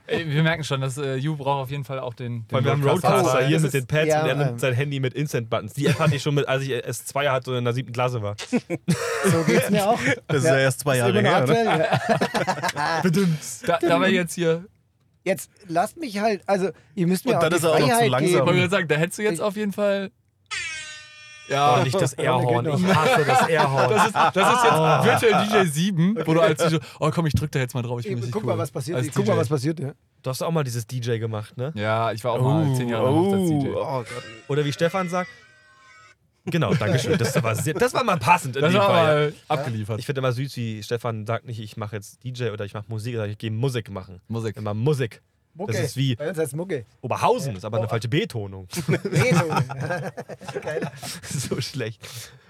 B: Ey, wir merken schon, dass äh, Ju braucht auf jeden Fall auch den. den
A: Weil wir haben
B: Roadcaster.
A: Roadcaster
C: Oh,
A: hier
C: das
A: mit
C: ist-
A: den Pads
C: ja,
A: und er
C: ähm.
A: nimmt sein Handy mit Instant-Buttons. Die App hatte ich schon mit, als ich S2 hatte und in der siebten Klasse war.
C: So geht's mir auch.
D: Das ist ja erst zwei Jahre
C: immer noch
D: her. Ne?
C: aktuell, ja.
B: Da, da war jetzt hier.
C: Jetzt lasst mich halt, also ihr müsst mir
D: Und
C: auch
D: dann
C: die
D: ist er auch noch zu
C: Freiheit
D: langsam.
B: Wollen
C: geben.
B: wir sagen, da hättest du jetzt
C: Ich-
B: auf jeden Fall.
A: Oh,
B: Ja. genau.
A: nicht das
C: Meine
A: Airhorn.
C: Güte.
A: Ich hasse das Airhorn.
B: Das ist, das ist
A: Oh.
B: jetzt virtuell DJ 7, wo du als DJ, oh komm, ich drück da jetzt mal drauf, ich bin
C: Ich,
B: richtig
C: guck
B: cool.
C: mal, was passiert.
B: Als
C: Ich, guck
B: DJ.
C: mal, was passiert. Ja.
A: Du hast auch mal dieses DJ gemacht, ne?
B: Ja, ich war auch mal zehn Jahre lang als DJ.
D: oh Gott.
A: Oder wie Stefan sagt. Genau, Dankeschön. Das war, sehr, das war mal passend in
B: Das
A: dem
B: war
A: Fall.
B: mal abgeliefert.
A: Ich finde immer süß, wie Stefan sagt nicht, ich mache jetzt DJ oder ich mache Musik, sondern ich gehe Musik machen.
B: Musik.
A: Immer Musik.
C: Mucke.
A: Das ist wie-
C: Bei uns heißt Mucke.
A: Oberhausen ist
B: Äh,
A: aber eine
B: oh.
A: falsche Betonung.
C: Nee, so.
A: so schlecht.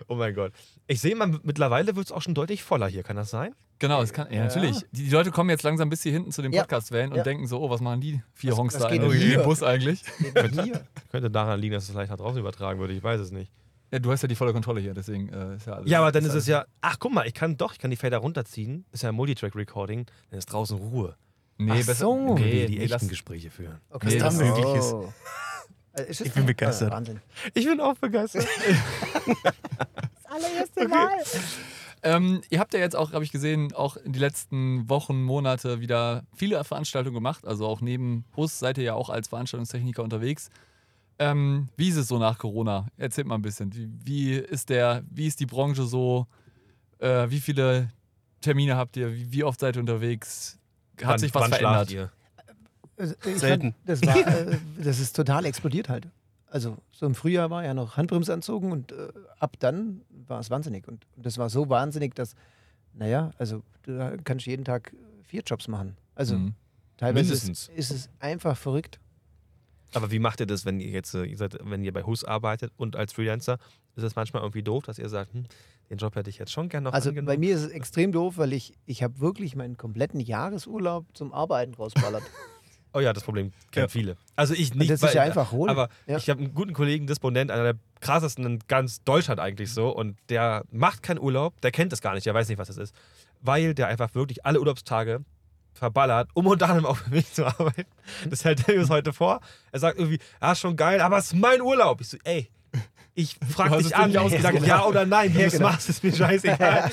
A: Oh mein Gott. Ich sehe mal, mittlerweile wird es auch schon deutlich voller hier. Kann das sein?
B: Genau, es kann, ja, natürlich. Die, die Leute kommen jetzt langsam bis hier hinten zu den
C: Ja.
B: Podcast-Van und
C: Ja.
B: denken so, oh, was machen die vier Honks
C: was
B: da in
C: geht
B: dem
C: denn hier?
B: Bus eigentlich?
C: Hier.
A: Könnte daran liegen, dass es vielleicht nach draußen übertragen würde. Ich weiß es nicht.
B: Ja, du hast ja die volle Kontrolle hier, deswegen äh, ist ja alles.
A: Ja, aber dann ist es
B: alles-
A: ja. Ach, guck mal, ich kann doch, ich kann die Fader runterziehen. Ist ja ein Multitrack-Recording. Dann ist draußen Ruhe.
B: Nee,
C: Ach
B: besser.
A: Können
C: so.
B: Nee,
A: wir die
B: nee,
A: echten
B: lass,
A: Gespräche führen.
C: Okay,
B: Nee, das
D: möglich ist.
C: Also, ist es
D: Ich bin begeistert.
C: Wahnsinn.
A: Ich bin auch begeistert.
B: Ähm, ihr habt ja jetzt auch, habe ich gesehen, auch in die letzten Wochen, Monate wieder viele Veranstaltungen gemacht. Also auch neben Hus seid ihr ja auch als Veranstaltungstechniker unterwegs. Ähm, wie ist es so nach Corona? Erzählt mal ein bisschen. Wie, wie ist der, wie ist die Branche so? Äh, wie viele Termine habt ihr? Wie, wie oft seid ihr unterwegs? Hat sich was verändert?
A: Ihr?
C: Also, ich
D: Selten.
C: Fand, das, war, äh, das ist total explodiert halt. Also so im Frühjahr war ja noch Handbremse anzogen und äh, ab dann war es wahnsinnig. Und, und das war so wahnsinnig, dass, naja, also da kannst du jeden Tag vier Jobs machen. Also
B: Mhm.
C: teilweise
A: Mindestens.
C: ist, ist es einfach verrückt.
A: Aber wie macht ihr das, wenn ihr jetzt, äh, ihr seid, wenn ihr bei Hus arbeitet und als Freelancer, ist das manchmal irgendwie doof, dass ihr sagt, hm, den Job hätte ich jetzt schon gerne noch
C: Also
A: angenommen.
C: bei mir ist es extrem doof, weil ich, ich habe wirklich meinen kompletten Jahresurlaub zum Arbeiten rausballert.
A: oh ja, das Problem kennen
D: Ja.
A: viele. Also ich
C: Und
A: nicht.
C: das ist
A: weil-
C: ja einfach hohl.
A: Aber
C: Ja.
A: ich habe einen guten Kollegen, Disponent, einer der krassesten in ganz Deutschland eigentlich so. Und der macht keinen Urlaub, der kennt das gar nicht, der weiß nicht, was das ist. Weil der einfach wirklich alle Urlaubstage verballert, um unter anderem auch für mich zu arbeiten. Das hält er bis heute vor. Er sagt irgendwie, ah, schon geil, aber es ist mein Urlaub. Ich so, ey, ich
B: Du
A: frag
B: hast es
A: dich
B: dir
A: an,
B: nicht
A: ich sag
B: ausgesucht.
A: ja oder nein, wenn du es
C: genau.
A: machst, ist mir scheißegal.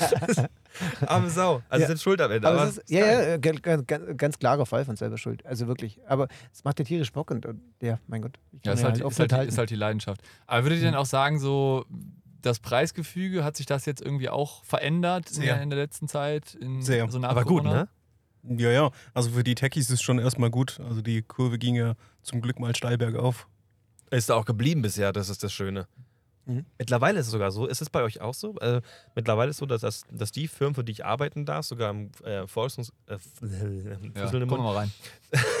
A: Arme Sau. Also
C: Ja.
A: sind schuld am Ende.
C: Aber,
A: Aber,
C: es ist, ja, ja, ganz, ganz, ganz klarer Fall von selber Schuld. Also wirklich. Aber es macht ja tierisch Bock und, und ja, mein Gott. Ich
B: Ja,
C: mir
B: ist halt,
C: oft
B: ist, halt,
C: nicht halten.
B: ist halt die Mhm. Leidenschaft. Aber würdet ihr denn auch sagen, so das Preisgefüge, hat sich das jetzt irgendwie auch verändert in
D: Sehr.
B: der, in der letzten Zeit? In,
D: Sehr.
B: So nach
A: aber gut,
B: Corona?
A: ne?
D: Ja, ja. Also für die Techies ist es schon erstmal gut. Also die Kurve ging ja zum Glück mal steil bergauf.
A: Ist da auch geblieben bisher, das ist das Schöne.
D: Mhm.
A: Mittlerweile ist es sogar so. Ist es bei euch auch so? Äh, mittlerweile ist es so, dass, dass, dass die Firmen, für die ich arbeiten darf, sogar im äh, Forschungs... Äh, ja,
B: Ja, guck mal rein.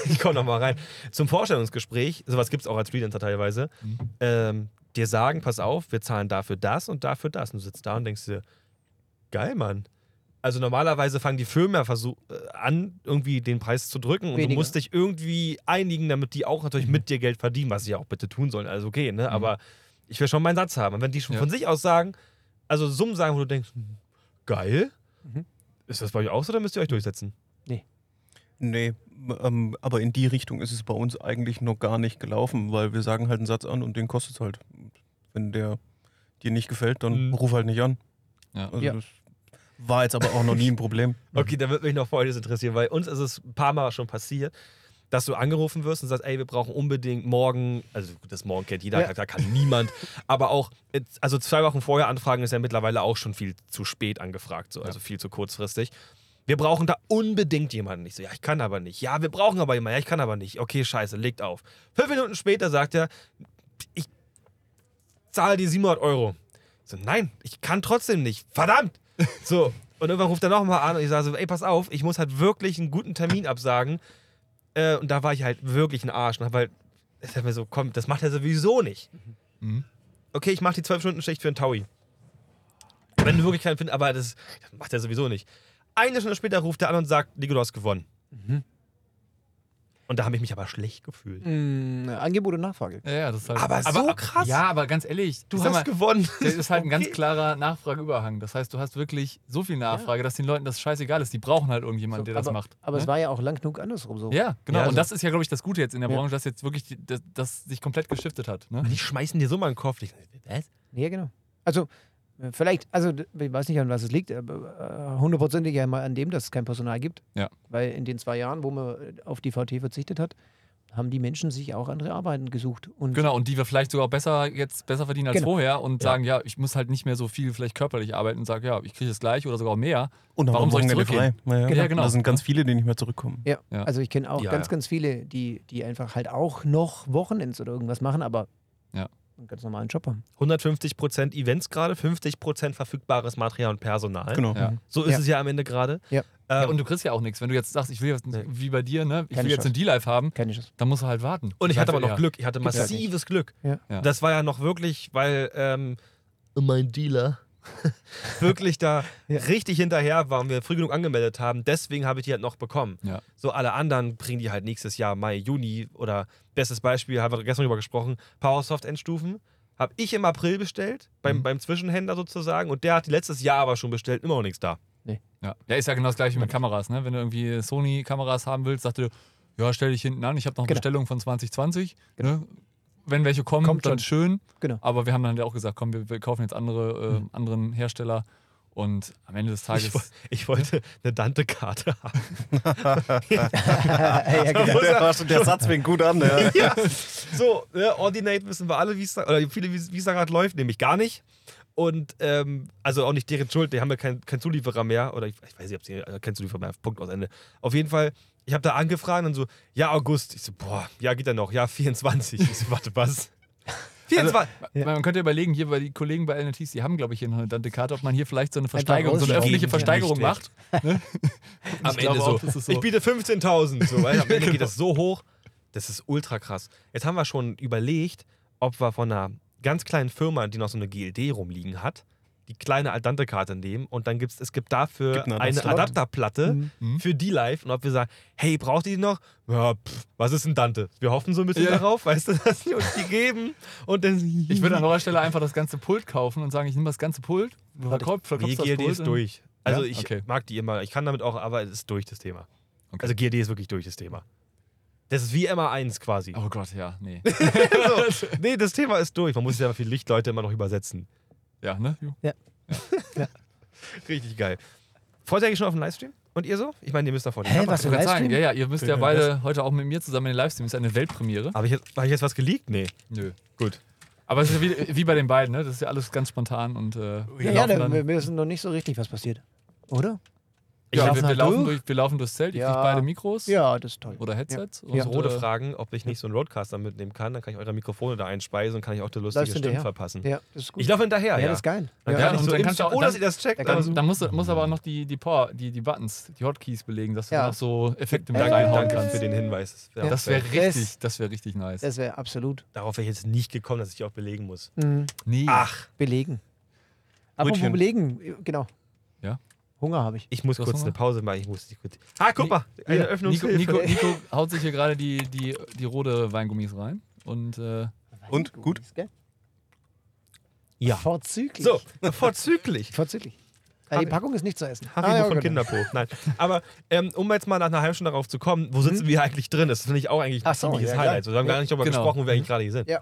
A: ich komme nochmal rein. Zum Vorstellungsgespräch, sowas gibt es auch als Freelancer teilweise,
B: Mhm.
A: ähm, dir sagen, pass auf, wir zahlen dafür das und dafür das. Und du sitzt da und denkst dir, geil, Mann. Also normalerweise fangen die Firmen ja versuch, äh, an, irgendwie den Preis zu drücken und
C: Weniger. Mhm.
A: du musst dich irgendwie einigen, damit die auch natürlich mit dir Geld verdienen, was sie auch bitte tun sollen. Also okay, ne? Aber ich will schon meinen Satz haben. Und wenn die schon
B: Ja.
A: von sich aus sagen, also Summen sagen, wo du denkst, hm, geil,
C: Mhm.
A: ist das bei euch auch so, dann müsst ihr euch durchsetzen.
D: Nee, m- ähm, aber in die Richtung ist es bei uns eigentlich noch gar nicht gelaufen, weil wir sagen halt einen Satz an und den kostet es halt. Wenn der dir nicht gefällt, dann
A: Mhm.
D: ruf halt nicht an.
B: Ja.
D: Also
C: Ja.
D: das war jetzt aber auch noch nie ein Problem.
A: Okay, da wird mich noch Folgendes interessieren, weil uns ist es ein paar Mal schon passiert, dass du angerufen wirst und sagst, ey, wir brauchen unbedingt morgen, also gut, das morgen kennt jeder,
C: Ja.
A: da kann niemand, aber auch, äh, also zwei Wochen vorher anfragen ist ja mittlerweile auch schon viel zu spät angefragt, so, also viel zu kurzfristig. Wir brauchen da unbedingt jemanden. Ich so, ja, ich kann aber nicht. Ja, wir brauchen aber jemanden. Ja, ich kann aber nicht. Okay, scheiße, legt auf. Fünf Minuten später sagt er, ich zahle die 700 Euro. Ich So, nein, ich kann trotzdem nicht. Verdammt! So, und irgendwann ruft er nochmal an und ich sage so, ey, pass auf, ich muss halt wirklich einen guten Termin absagen. Äh, und da war ich halt wirklich ein Arsch. Und hab halt, ich dachte mir so, komm, das macht er sowieso nicht.
B: Mhm.
A: Okay, ich mache die 12-Stunden-Schicht für einen Taui. Wenn du wirklich keinen findest, aber das, das macht
B: Mhm.
A: er sowieso nicht. Eine Stunde später ruft er an und sagt, Nico, du hast gewonnen. Und da habe ich mich aber schlecht gefühlt.
C: Mm, Angebot und Nachfrage.
B: Ja, ja, das ist halt,
A: Aber so krass.
B: Ja, aber ganz ehrlich,
A: Du
B: ich
A: hast
B: sag mal,
A: gewonnen.
B: das ist halt ein ganz
A: Okay.
B: klarer Nachfrageüberhang. Das heißt, du hast wirklich so viel Nachfrage, dass den Leuten das scheißegal ist. Die brauchen halt irgendjemanden, der
C: aber
B: das macht.
C: aber es
B: ne?
C: war ja auch lang genug andersrum so.
B: ja, genau.
A: Ja,
B: Und
A: also-
B: das ist ja, glaube ich, das Gute jetzt in der
C: Ja.
B: Branche, dass jetzt wirklich die- das, das sich komplett geschiftet hat. Ne?
A: Die schmeißen dir so mal in den Kopf. Ich, was?
C: Ja, genau. Also, äh, vielleicht, also, d- ich weiß nicht, an was es liegt, aber äh, hundertprozentig ja mal an dem, dass es kein Personal gibt.
B: Ja.
C: Weil in den zwei Jahren, wo man äh, auf die VT verzichtet hat, haben die Menschen sich auch andere Arbeiten gesucht. Und
B: Genau, und die wir vielleicht sogar besser jetzt besser verdienen als
C: Genau.
B: vorher und sagen, ja, ich muss halt nicht mehr so viel vielleicht körperlich arbeiten und sage, ja, ich kriege das gleich oder sogar mehr.
D: Und
B: Warum soll ich
D: frei?
B: zurückgehen?
D: Naja.
B: Ja, genau.
D: Da sind ganz viele, die nicht mehr zurückkommen.
C: Ja,
B: Ja.
C: also ich kenne auch
A: Ja,
C: ganz,
A: ja.
C: ganz viele, die, die einfach halt auch noch Wochenends oder irgendwas machen, aber
B: Ja.
C: einen ganz normalen Job haben.
A: 150% Events gerade, 50% verfügbares Material und Personal.
D: Genau.
B: Ja.
A: So ist
C: Ja.
A: es ja am Ende gerade.
C: Ja.
A: Äh,
B: Ja, und du kriegst ja auch nichts. Wenn du jetzt sagst, ich will jetzt,
A: Nee.
B: wie bei dir, ne, ich
C: Keine
B: will jetzt
C: Chance.
B: einen D-Live haben,
C: Keine Chance.
B: dann musst du halt warten.
A: Und ich
B: Das
A: hatte
B: heißt,
A: aber noch
B: ja.
A: Glück. Ich hatte
C: Gibt's halt
A: massives Glück.
C: Ja.
B: Ja.
A: Das war ja noch wirklich, weil ähm, mein Dealer wirklich da
C: Ja.
A: richtig hinterher war und wir früh genug angemeldet haben. Deswegen habe ich die halt noch bekommen.
B: Ja.
A: So alle anderen bringen die halt nächstes Jahr, Mai, Juni oder bestes Beispiel, haben wir gestern drüber gesprochen, Powersoft Endstufen. Habe ich im April bestellt, beim,
B: Mhm.
A: beim Zwischenhändler sozusagen. Und der hat die letztes Jahr aber schon bestellt, immer noch nichts da.
B: Ja. ja, ist ja genau das gleiche wie mit Kameras. Ne? Wenn du irgendwie Sony-Kameras haben willst, sagst du, ja, stell dich hinten an, ich habe noch eine
C: Genau.
B: Bestellung von 2020. Ne? Wenn welche kommen,
C: Kommt
B: dann schön.
C: Genau. Hm.
B: Aber wir haben dann ja auch gesagt, komm, wir, wir kaufen jetzt andere, äh, anderen Hersteller. Und am Ende des Tages.
A: Ich, woll- ich wollte eine Dante-Karte haben.
C: ja, genau.
A: Der-
D: der Satz fängt gut an. Ja.
A: ja. So, ne, Ordinate wissen wir alle, wie es da, oder viele, wie es da gerade läuft, nämlich gar nicht. Und ähm, also auch nicht deren Schuld, die haben ja keinen kein Zulieferer mehr. Oder ich, ich weiß nicht, ob sie also keinen Zulieferer mehr Punkt aus Ende. Auf jeden Fall, ich habe da angefragt und so, ja, August. Ich so, boah, ja, geht ja noch, ja, 24. Ich so, warte, was? 24.
B: Man- Man könnte überlegen, hier bei die Kollegen bei LNTs, die haben, glaube ich, hier noch eine Dante-Karte, ob man hier vielleicht so eine Versteigerung, so eine
C: rausschrauben.
B: öffentliche
C: Ja,
B: Versteigerung macht.
A: richtig.
B: Ich
A: Am Ende
B: glaube
A: so.
B: auch, das ist so. Genau.
A: Ich biete 15.000. So, weil am Ende geht das so hoch. Das ist ultra krass. Jetzt haben wir schon überlegt, ob wir von einer ganz kleinen Firma, die noch so eine GLD rumliegen hat, die kleine Aldante-Karte nehmen und dann gibt's, es gibt dafür
D: Gibt einen
A: eine
D: Adapter.
A: Adapterplatte
B: Mhm.
A: für die live und ob wir sagen, hey, braucht ihr die noch? Ja, pff, was ist ein Dante? Wir hoffen so ein bisschen
B: Ja.
A: darauf, weißt du, dass die uns die geben und dann
B: Ich würde an eurer Stelle einfach das ganze Pult kaufen und sagen, ich nehme das ganze Pult, verkauf,
A: Nee,
B: verkaufst das
A: GLD
B: Pult.
A: ist
B: und-
A: durch. Also
B: Ja?
A: ich
B: Okay.
A: mag die immer. Ich kann damit auch, aber es ist durch das Thema.
B: Okay.
A: Also GLD ist wirklich durch das Thema. Das ist wie MA1 quasi.
B: Oh Gott, ja, nee.
A: so. Nee, das Thema ist durch. Man muss ja für Lichtleute immer noch übersetzen.
B: ja, ne?
A: Richtig geil. Freut ihr euch schon auf den Livestream? Und ihr so? Ich meine, ihr müsst davon.
C: Hä, was
B: Ich wollte
C: für ein
B: gerade sagen,
C: Livestream?
B: ja, ja, ihr müsst ja beide heute auch mit mir zusammen in den Livestream. Ist eine Weltpremiere.
A: Habe ich, jetzt- hab ich jetzt was geleakt? Nee.
B: Nö.
A: Gut.
B: Aber es ist ja wie, wie bei den beiden, ne? Das ist ja alles ganz spontan und äh, wir
C: Ja, ja,
B: laufen
C: da,
B: dann.
C: wir wir wissen noch nicht so richtig, was passiert. Oder?
B: ja, wir,
C: laufen
B: wir,
C: halt
B: laufen
C: durch.
B: durch, wir laufen durchs Zelt, ihr
C: Ja.
B: kriegt beide Mikros
C: Ja, das ist toll.
B: oder Headsets. Und
C: Ja.
A: So Rode
B: äh,
A: fragen, ob ich nicht so einen Roadcaster mitnehmen kann. Dann kann ich eure Mikrofone da einspeisen und kann ich auch die lustige
C: Läufst
A: Stimmen
C: hinterher?
A: verpassen.
C: Ja, das ist
A: Hm.
C: gut.
A: Ich laufe hinterher,
C: ja,
A: ja.
C: das ist geil.
A: Dann
B: Ja,
A: kann ich
B: und
A: so
B: dann
A: im
B: kannst du auch-
A: Ohne dass
B: dann-
A: ihr das checkt.
C: dann
A: aber-
B: Dann, dann musst, du, musst aber auch noch die, die, Power, die, die Buttons, die Hotkeys belegen, dass du
C: Ja.
B: dann auch so Effekte mit
C: Ja,
A: Danke,
B: reinhauen
A: danke
B: kannst.
A: für den Hinweis.
C: Ja.
B: Das wäre
C: Das-
B: richtig, das wäre richtig nice.
C: Das wäre absolut
A: Darauf wäre ich jetzt nicht gekommen, dass ich die auch belegen muss.
C: mhm.
B: nee.
A: Ach,
C: belegen. Apropos
D: Brötchen.
C: belegen, äh, genau.
B: Ja.
C: Hunger habe ich.
A: ich muss
B: Was
A: kurz
B: haben
A: eine
B: wir?
A: Pause machen. Ich muss die kurz. Ah, guck
B: Ni-
A: mal, eine
C: Nico-
B: Nico,
A: Öffnungshilfe.
B: Nico, Nico haut sich hier gerade die, die, die rote Weingummis rein. Und äh,
D: Und? Gut?
A: Ja.
C: Vorzüglich.
A: So, vorzüglich.
C: Vorzüglich. Also die Packung ist nicht zu essen.
A: Haribo
C: Ah, ja,
A: von
C: genau.
A: Kinderpo. Nein. Aber ähm, um jetzt mal nach einer halben Stunde darauf zu kommen, wo sitzen wir eigentlich drin? Das finde ich auch eigentlich ein
C: Ach so,
A: ziemliches
C: ja,
A: Highlight. So, wir haben gar nicht darüber
B: Genau.
A: gesprochen, wo wir eigentlich gerade hier sind.
C: Ja.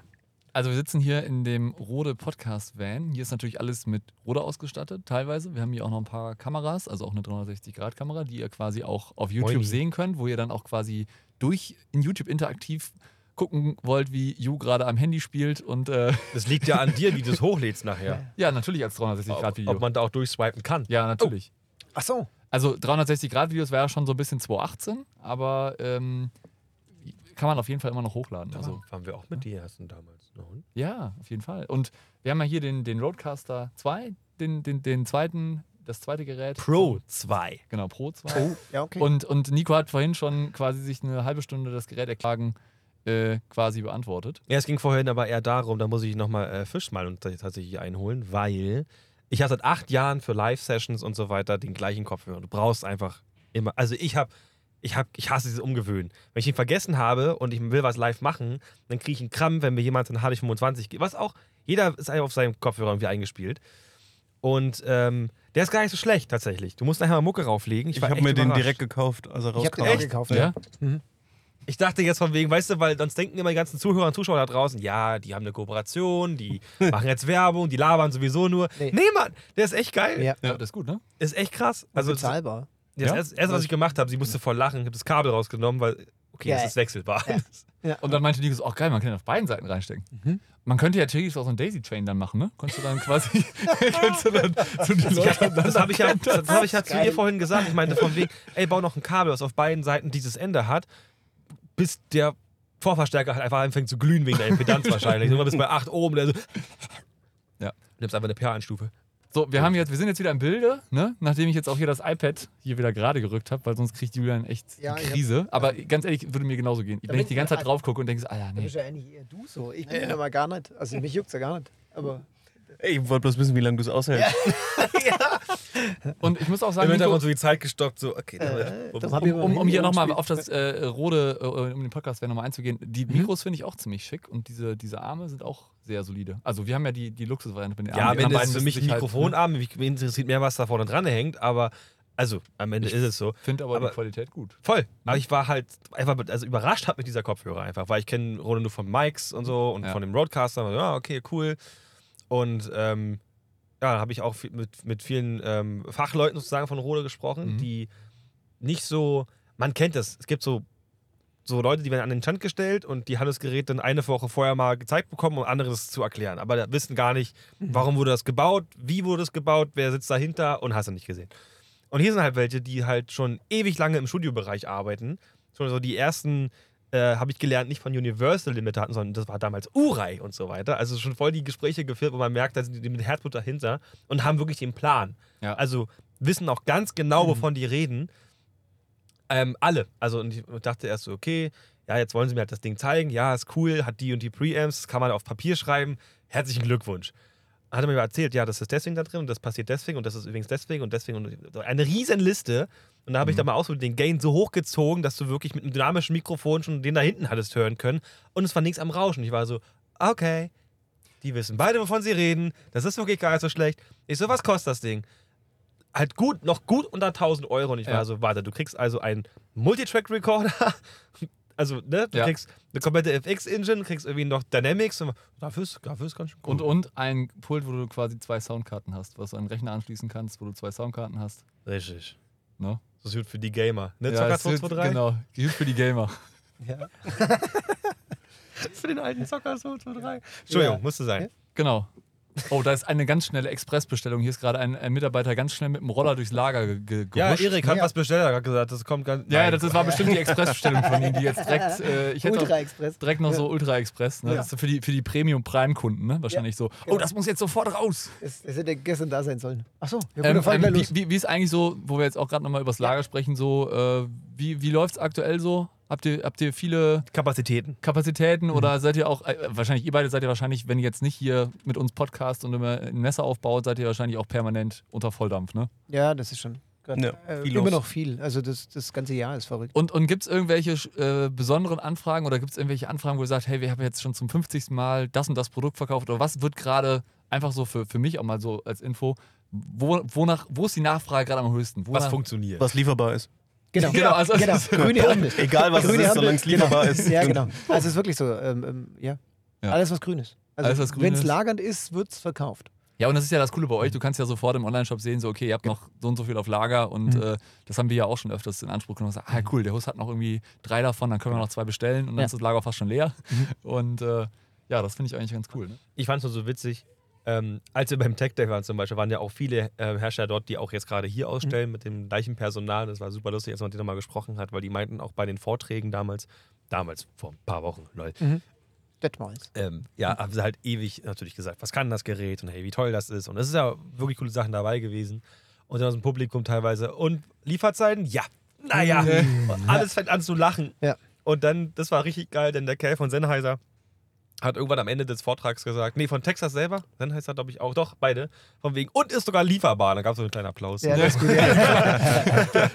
B: also wir sitzen hier in dem Rode Podcast Van. Hier ist natürlich alles mit Rode ausgestattet, teilweise. Wir haben hier auch noch ein paar Kameras, also auch eine 360-Grad-Kamera, die ihr quasi auch auf YouTube
A: Moini.
B: sehen könnt, wo ihr dann auch quasi durch in YouTube interaktiv gucken wollt, wie Ju gerade am Handy spielt und äh,
A: Das liegt ja an dir, wie du es hochlädst nachher.
B: ja, natürlich als
A: Ob,
B: 360-Grad-Video.
A: ob man da auch durchswipen kann. Oh.
B: Ja, natürlich.
C: Ach so.
B: Also 360-Grad-Videos wäre ja schon so ein bisschen 2018, aber ähm, kann man auf jeden Fall immer noch hochladen. Also,
A: Also waren wir auch mit dir ersten damals. einen Hund?
B: ja, auf jeden Fall. Und wir haben ja hier den, den Roadcaster 2, den, den, den zweiten, das zweite Gerät.
A: Pro 2.
B: Genau, Pro 2.
C: Oh. Ja, okay.
B: Und, und Nico hat vorhin schon quasi sich eine halbe Stunde das Gerät erklagen äh, quasi beantwortet.
A: Ja, es ging vorhin aber eher darum, da muss ich nochmal äh, Fisch mal und tatsächlich einholen, weil ich habe seit acht Jahren für Live-Sessions und so weiter den gleichen Kopfhörer. Du brauchst einfach immer. Also ich habe ich, hab, ich hasse dieses Umgewöhnen. Wenn ich ihn vergessen habe und ich will was live machen, dann kriege ich einen Krampf, wenn mir jemand einen HD25 gibt. Was auch, jeder ist einfach auf seinem Kopfhörer irgendwie eingespielt. Und ähm, der ist gar nicht so schlecht tatsächlich. Du musst nachher mal Mucke rauflegen.
D: Ich,
A: war
D: habe
A: echt
D: mir den
A: überrascht.
D: direkt gekauft, als er
C: Ich habe
D: rauskam.
C: den auch gekauft.
B: Ja?
A: Ich dachte jetzt von wegen, weißt du, weil sonst denken immer die ganzen Zuhörer und Zuschauer da draußen, ja, die haben eine Kooperation, die machen jetzt Werbung, die labern sowieso nur. Nee,
C: Nee.
A: Mann, der ist echt geil.
C: Ja.
B: Ja, das ist gut, ne?
A: Das ist echt krass. Also das
C: Bezahlbar.
B: Ja?
A: erste, erste, was ich gemacht habe, sie musste voll lachen, ich habe das Kabel rausgenommen, weil okay,
C: Also Ja.
A: das ist wechselbar.
B: Und dann meinte Nico so, ach geil, man kann den auf beiden Seiten reinstecken.
C: Mhm.
B: Man könnte ja theoretisch auch so einen Daisy-Train dann machen, ne? Konntest du dann quasi, könntest du dann zu den
A: Ich
B: Leuten
A: hab, das habe ich ja, das hab ich ja zu
C: Geil.
A: ihr vorhin gesagt. Ich meinte von wegen, ey, bau noch ein Kabel, was auf beiden Seiten dieses Ende hat, bis der Vorverstärker halt einfach anfängt zu glühen wegen der Impedanz wahrscheinlich. Nur bis bei 8 oben. Der so
B: Ja.
A: Nimmst einfach eine PA-Stufe.
B: So, wir, haben jetzt, wir sind jetzt wieder im Bilde, ne? nachdem ich jetzt auch hier das iPad hier wieder gerade gerückt habe, weil sonst kriegt Julian echt
C: Ja,
B: die
C: ich hab-
B: Krise. Aber ganz ehrlich, würde mir genauso gehen. Wenn
C: bin
B: ich die
C: ich
B: ganze Zeit
C: alt.
B: drauf gucke und denke, so, ah ja,
C: Da
B: nee.
C: bist ja eigentlich eher du so. Ich bin ja mal gar nicht. Also mich juckt's ja gar nicht. Aber
D: Ey, Ich wollte bloß wissen, wie lange du es aushältst.
B: Und ich muss auch
A: Im
B: sagen, Nico,
A: Hintergrund so die Zeit gestoppt, so, okay.
C: äh,
A: dann-
C: darum hab ich
B: um,
C: immer
B: um, um hier
C: Handy
B: nochmal
C: rumgespielt.
B: auf das äh, Rode, äh, um den Podcast wäre nochmal einzugehen, die
A: Mhm.
B: Mikros finde ich auch ziemlich schick und diese, diese Arme sind auch sehr solide. Also wir haben ja die, die Luxusvariante mit den
A: Ja,
B: Armen. Die
A: wenn
B: anderen
A: das für
B: beiden
A: mich ein
B: müssten sich
A: Mikrofon
B: Halt,
A: haben, mich mich interessiert mehr, was da vorne dran hängt, aber also am Ende
B: Ich-
A: ist es so.
B: Finde aber,
A: aber-
B: die Qualität gut.
A: Voll. Aber ich war halt einfach mit, also überrascht hat mit dieser Kopfhörer einfach, weil ich kenne Roland nur von Mikes und so und
B: Ja.
A: von dem Roadcaster. Und, ja, okay, cool. Und ähm, ja, habe ich auch viel- mit, mit vielen ähm, Fachleuten sozusagen von Rode gesprochen,
B: Mhm.
A: die nicht so, man kennt das, es gibt so, so Leute, die werden an den Stand gestellt und die haben das Gerät dann eine Woche vorher mal gezeigt bekommen, um anderes zu erklären. Aber da wissen gar nicht,
B: Mhm.
A: warum wurde das gebaut, wie wurde es gebaut, wer sitzt dahinter und hast du nicht gesehen. Und hier sind halt welche, die halt schon ewig lange im Studiobereich arbeiten. Schon so die ersten, äh, habe ich gelernt, nicht von Universal Limitaten, sondern das war damals Urei und so weiter. Also schon voll die Gespräche geführt, wo man merkt, da sind die mit Herzblut dahinter und haben wirklich den Plan.
B: Ja.
A: Also wissen auch ganz genau, wovon die reden. Ähm, alle. Also und ich dachte erst so, okay, ja, jetzt wollen sie mir halt das Ding zeigen. Ja, ist cool, hat die und die Preamps, das kann man auf Papier schreiben. Herzlichen Glückwunsch. Hat er mir erzählt, ja, das ist deswegen da drin und das passiert deswegen und das ist übrigens deswegen und deswegen und so eine riesen Liste. Und da habe ich
B: Mhm.
A: da mal ausprobiert, den Gain so hochgezogen, dass du wirklich mit einem dynamischen Mikrofon schon den da hinten hattest hören können. Und es war nichts am Rauschen. Ich war so, ah, okay, die wissen beide, wovon sie reden. Das ist wirklich gar nicht so schlecht. Ich so, was kostet das Ding? Halt gut, noch gut unter 1000 Euro. Und ich
B: Ja.
A: war so, warte, du kriegst also einen Multitrack-Recorder. Also, ne, du
B: Ja.
A: kriegst eine komplette FX-Engine, kriegst irgendwie noch Dynamics. Und dafür ist, dafür ist ganz schön gut.
B: Und, und ein Pult, wo du quasi zwei Soundkarten hast, was du an den Rechner anschließen kannst, wo du zwei Soundkarten hast.
A: Richtig.
B: Ne?
A: Das ist gut für die Gamer. Ne,
B: Ja,
A: Zocker
B: es wird-
A: 223?
B: Genau, hilft für die Gamer.
C: Ja.
A: Für den alten Zocker 223. Entschuldigung,
C: Ja.
A: musste sein.
B: Genau. Oh, da ist eine ganz schnelle Expressbestellung. Hier ist gerade ein, ein Mitarbeiter ganz schnell mit dem Roller durchs Lager ge ge
A: Ja,
B: gehuscht. ne?
A: Erik hat
C: Ja.
A: was bestellt, er hat gesagt, das kommt ganz.
B: Ja, ja,
A: Nein.
B: das ist- war bestimmt die Expressbestellung von ihm, die jetzt direkt. Äh, ich hätte
C: Ultra
B: auch
C: Express.
B: direkt noch so Ultra Express. Ne?
C: Ja.
B: Das ist für die, für die Premium-Prime-Kunden, ne? Wahrscheinlich so. Oh, das muss jetzt sofort raus.
C: Das, das hätte gestern da sein sollen. Achso, ja,
B: Ähm,
C: ähm, fall
B: ähm,
C: gleich los.
B: wie, wie, wie ist eigentlich so, wo wir jetzt auch gerade nochmal übers Lager sprechen, so, äh, wie, wie läuft es aktuell so? Habt ihr, habt ihr viele
A: Kapazitäten.
B: Kapazitäten
C: Mhm.
B: oder seid ihr auch, äh, wahrscheinlich, ihr beide seid ihr wahrscheinlich, wenn ihr jetzt nicht hier mit uns Podcast und immer ein Messer aufbaut, seid ihr wahrscheinlich auch permanent unter Volldampf, ne?
C: Ja, das ist schon. grad,
D: Ja,
C: äh,
D: viel
C: immer
D: los.
C: noch viel. Also das, das ganze Jahr ist verrückt.
B: Und, und gibt es irgendwelche äh, besonderen Anfragen oder gibt es irgendwelche Anfragen, wo ihr sagt, hey, wir haben jetzt schon zum 50. Mal das und das Produkt verkauft oder was wird gerade einfach so für, für mich auch mal so als Info, wo, wonach, wo ist die Nachfrage gerade am höchsten? Wonach,
A: Was funktioniert.
D: Was lieferbar ist.
C: Genau,
B: Genau, also-
C: genau. grüne Ampel.
D: Egal was es
C: Grüne
D: ist,
C: Ampel,
D: solange es lieferbar ist.
C: Ja, genau. Also es ist wirklich so, ähm, ähm, ja.
B: Ja.
C: Alles was grün ist. Also
B: Alles, was grün
C: wenn es
B: ist.
C: lagernd ist, wird es verkauft.
B: Ja, und das ist ja das Coole bei euch, du kannst ja sofort im Onlineshop sehen, so okay, ihr habt noch so und so viel auf Lager und äh, das haben wir ja auch schon öfters in Anspruch genommen. Sag, Ah, cool, der Host hat noch irgendwie drei davon, dann können wir noch zwei bestellen und dann
C: Ja.
B: ist das Lager fast schon leer. Und äh, ja, das finde ich eigentlich ganz cool. Ne?
A: ich fand es nur so witzig, ähm, als wir beim Tech Day waren zum Beispiel, waren ja auch viele äh, Hersteller dort, die auch jetzt gerade hier ausstellen
B: Mhm.
A: mit dem gleichen Personal. Das war super lustig, als man mit denen nochmal gesprochen hat, weil die meinten auch bei den Vorträgen damals, damals vor ein paar Wochen, lol,
C: Das war's.
A: ähm, ja, haben sie halt ewig natürlich gesagt, was kann das Gerät und hey, wie toll das ist. Und es ist ja wirklich coole Sachen dabei gewesen. Und dann aus dem Publikum teilweise. Und Lieferzeiten? Ja. Naja. Und alles fängt an zu lachen.
C: Mhm. Ja.
A: Und dann, das war richtig geil, denn der Kerl von Sennheiser hat irgendwann am Ende des Vortrags gesagt, nee, von Texas selber, dann heißt er, glaube ich, auch, doch, beide, von wegen, und ist sogar lieferbar. Da gab es so einen kleinen Applaus.
C: Ja, das ist gut. Ja.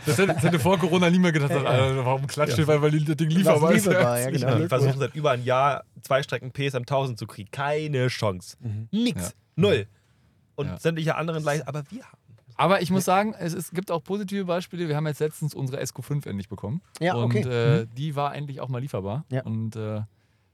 B: Das hätte, das hätte vor Corona niemand gedacht, dass, Alter, warum klatscht ihr, weil weil das Ding lieferbar
C: Was
B: ist.
C: lieferbar, ja, genau.
A: Wir versuchen seit über einem Jahr zwei Strecken PSM 1000 zu kriegen. Keine Chance.
C: Mhm.
A: Nix.
B: Ja.
A: Null. Und
B: Ja.
A: sämtliche anderen leiden, aber wir haben.
B: Aber ich muss sagen, es, es gibt auch positive Beispiele. Wir haben jetzt letztens unsere SQ5 endlich bekommen.
C: Ja,
B: und
C: okay. Mhm.
B: äh, die war endlich auch mal lieferbar.
C: Ja.
B: Und äh,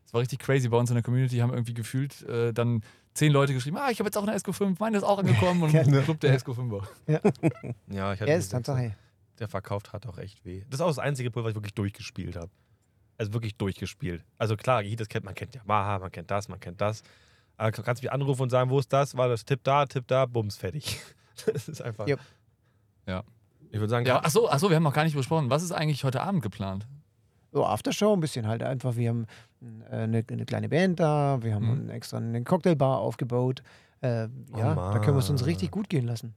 B: es war richtig crazy bei uns in der Community. haben irgendwie gefühlt äh, dann zehn Leute geschrieben, ah, ich habe jetzt auch eine SQ5, meine ist auch angekommen. Und ein Club der SQ5 war.
A: Ja, ich hatte
C: Ja,
A: die
C: ist
A: Sechse.
C: Tatsache.
A: Der verkauft hat auch echt weh. Das ist auch das einzige Pulver, was ich wirklich durchgespielt habe. Also wirklich durchgespielt. Also klar, das kennt man, kennt Yamaha, man kennt das, man kennt das. Aber du kannst mich anrufen und sagen, wo ist das? War das Tipp da, Tipp da, Bums, fertig. Das ist einfach.
C: Yep.
B: Ja.
A: Ich würde sagen,
B: Ja, achso, achso, wir haben noch gar nicht besprochen. Was ist eigentlich heute Abend geplant?
C: So, Aftershow ein bisschen halt einfach. Wir haben äh, eine, eine kleine Band da, wir haben
B: Mhm.
C: einen extra eine Cocktailbar aufgebaut. Äh,
A: Oh
C: ja, da können wir es uns
A: Mann.
C: richtig gut gehen lassen.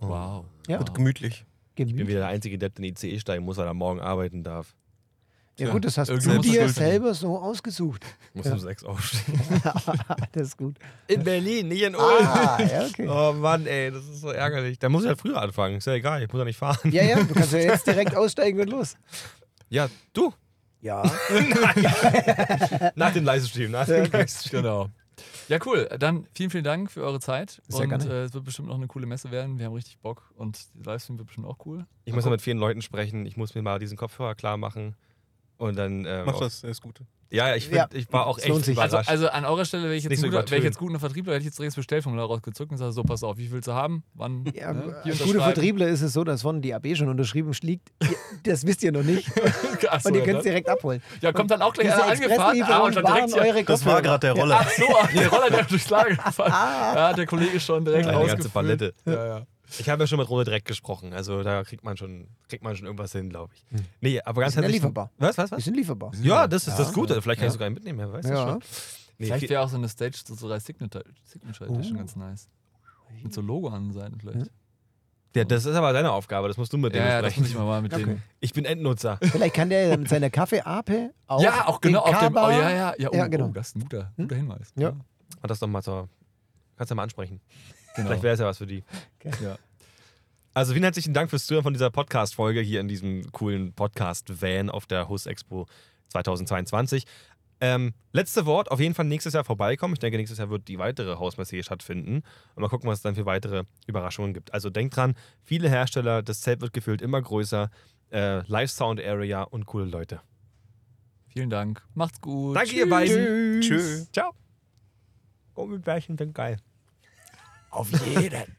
C: Oh.
B: Wow.
C: Ja.
B: wow.
D: Gemütlich.
A: ich bin
C: Gemütlich.
A: wieder der Einzige, der in den ICE steigen muss, weil er morgen arbeiten darf.
C: Ja gut, das hast
B: Irgendwo
C: du
B: muss das
C: dir
B: Geld verdienen.
C: selber so ausgesucht.
A: Muss
C: Ja.
A: um sechs aufstehen.
C: das ist gut.
A: In Berlin, nicht in Ulm.
C: Ah, ja, okay.
A: Oh Mann, ey, das ist so ärgerlich. Da muss ich halt früher anfangen. Ist ja egal, ich muss ja nicht fahren.
C: Ja, ja, du kannst ja jetzt direkt aussteigen und los.
A: Ja, du.
C: Ja.
A: Nach dem Leistungsstream, nach dem Leistungsstream.
B: Genau. Ja, cool. Dann vielen, vielen Dank für eure Zeit.
C: Sehr
B: und
C: gerne.
B: äh, es wird bestimmt noch eine coole Messe werden. Wir haben richtig Bock und der Livestream wird bestimmt auch cool.
A: Ich muss noch mit vielen Leuten sprechen. Ich muss mir mal diesen Kopfhörer klar machen. Und dann. ähm,
D: Mach
A: auch-
D: das, das ist gut.
A: Ja, ich, find,
C: Ja.
A: ich war auch
C: Es
A: echt
C: lohnt sich.
A: überrascht.
B: Also, also an eurer Stelle wäre ich
A: Nicht
B: jetzt,
A: so
B: ein guter, wäre ich
A: übertönt.
B: jetzt guter Vertriebler, hätte ich jetzt direkt das Bestellformular rausgezückt und gesagt, so pass auf, wie willst du haben? Wann?
C: Ja,
B: ne?
C: als
B: unterschreiben.
C: guter Vertriebler ist es so, dass von die AB schon unterschrieben liegt. Ihr- Das wisst ihr noch nicht.
B: Ach so,
C: Und ihr
B: ja,
C: könnt es
B: ne?
C: direkt abholen.
B: ja, kommt dann auch gleich
C: Diese
B: einer angefahren. Ah, und
C: Expresslieferungen
B: dann
C: waren
B: direkt hier.
C: eure
D: Das war gerade der Roller.
B: Ach so, ah, der Roller, der durchs Lager gefallen. Ja, hat der Kollege schon direkt
A: Eine ganze
B: ausgefüllt.
A: Palette.
B: Ja, ja.
A: Ich habe ja schon mit Rode direkt gesprochen. Also da kriegt man schon, kriegt man schon irgendwas hin, glaube ich. Nee, aber ganz
C: sind ja
A: herzlich.
C: Hm. lieferbar.
A: Was, was,
C: Wir
A: was?
C: sind lieferbar.
A: Ja, das ist
C: Ja.
A: das Gute. Vielleicht kann ich sogar einen mitnehmen, wer weiß das
C: Ja.
A: schon. Nee,
B: Vielleicht
A: viel-
B: wäre auch so eine Stage, so drei Signature, Signature
C: Oh.
B: Edition ganz nice. Mit so Logo an den Seiten vielleicht.
A: ja, das ist aber deine Aufgabe, das musst du mit
B: Ja,
A: dem
B: ja das
A: sprechen.
B: muss ich mal mal mit
C: Okay.
B: denen.
A: ich bin Endnutzer.
C: Vielleicht kann der mit seiner Kaffee-Ape auch
B: ja, auch genau
C: den
B: auf dem. Oh,
C: Kaba-
B: ja, ja, ja, oh,
C: Ja, genau.
B: oh, das ist ein guter, guter Hinweis.
C: Ja.
A: Mach das doch mal so. Kannst du ja mal ansprechen.
B: genau.
A: Vielleicht wäre es ja was für die.
B: ja.
A: Also vielen herzlichen Dank fürs Zuhören von dieser Podcast-Folge hier in diesem coolen Podcast-Van auf der Host Expo 2022. Ähm, letzte Wort, auf jeden Fall nächstes Jahr vorbeikommen. Ich denke, nächstes Jahr wird die weitere Hausmesse hier stattfinden. Und mal gucken, was es dann für weitere Überraschungen gibt. Also denkt dran, viele Hersteller, das Zelt wird gefühlt immer größer. Äh, Live-Sound-Area und coole Leute.
B: Vielen Dank. Macht's gut.
A: Danke, ihr Oh, beiden. Tschüss. Ciao. Gummibärchen sind geil.
B: Auf jeden.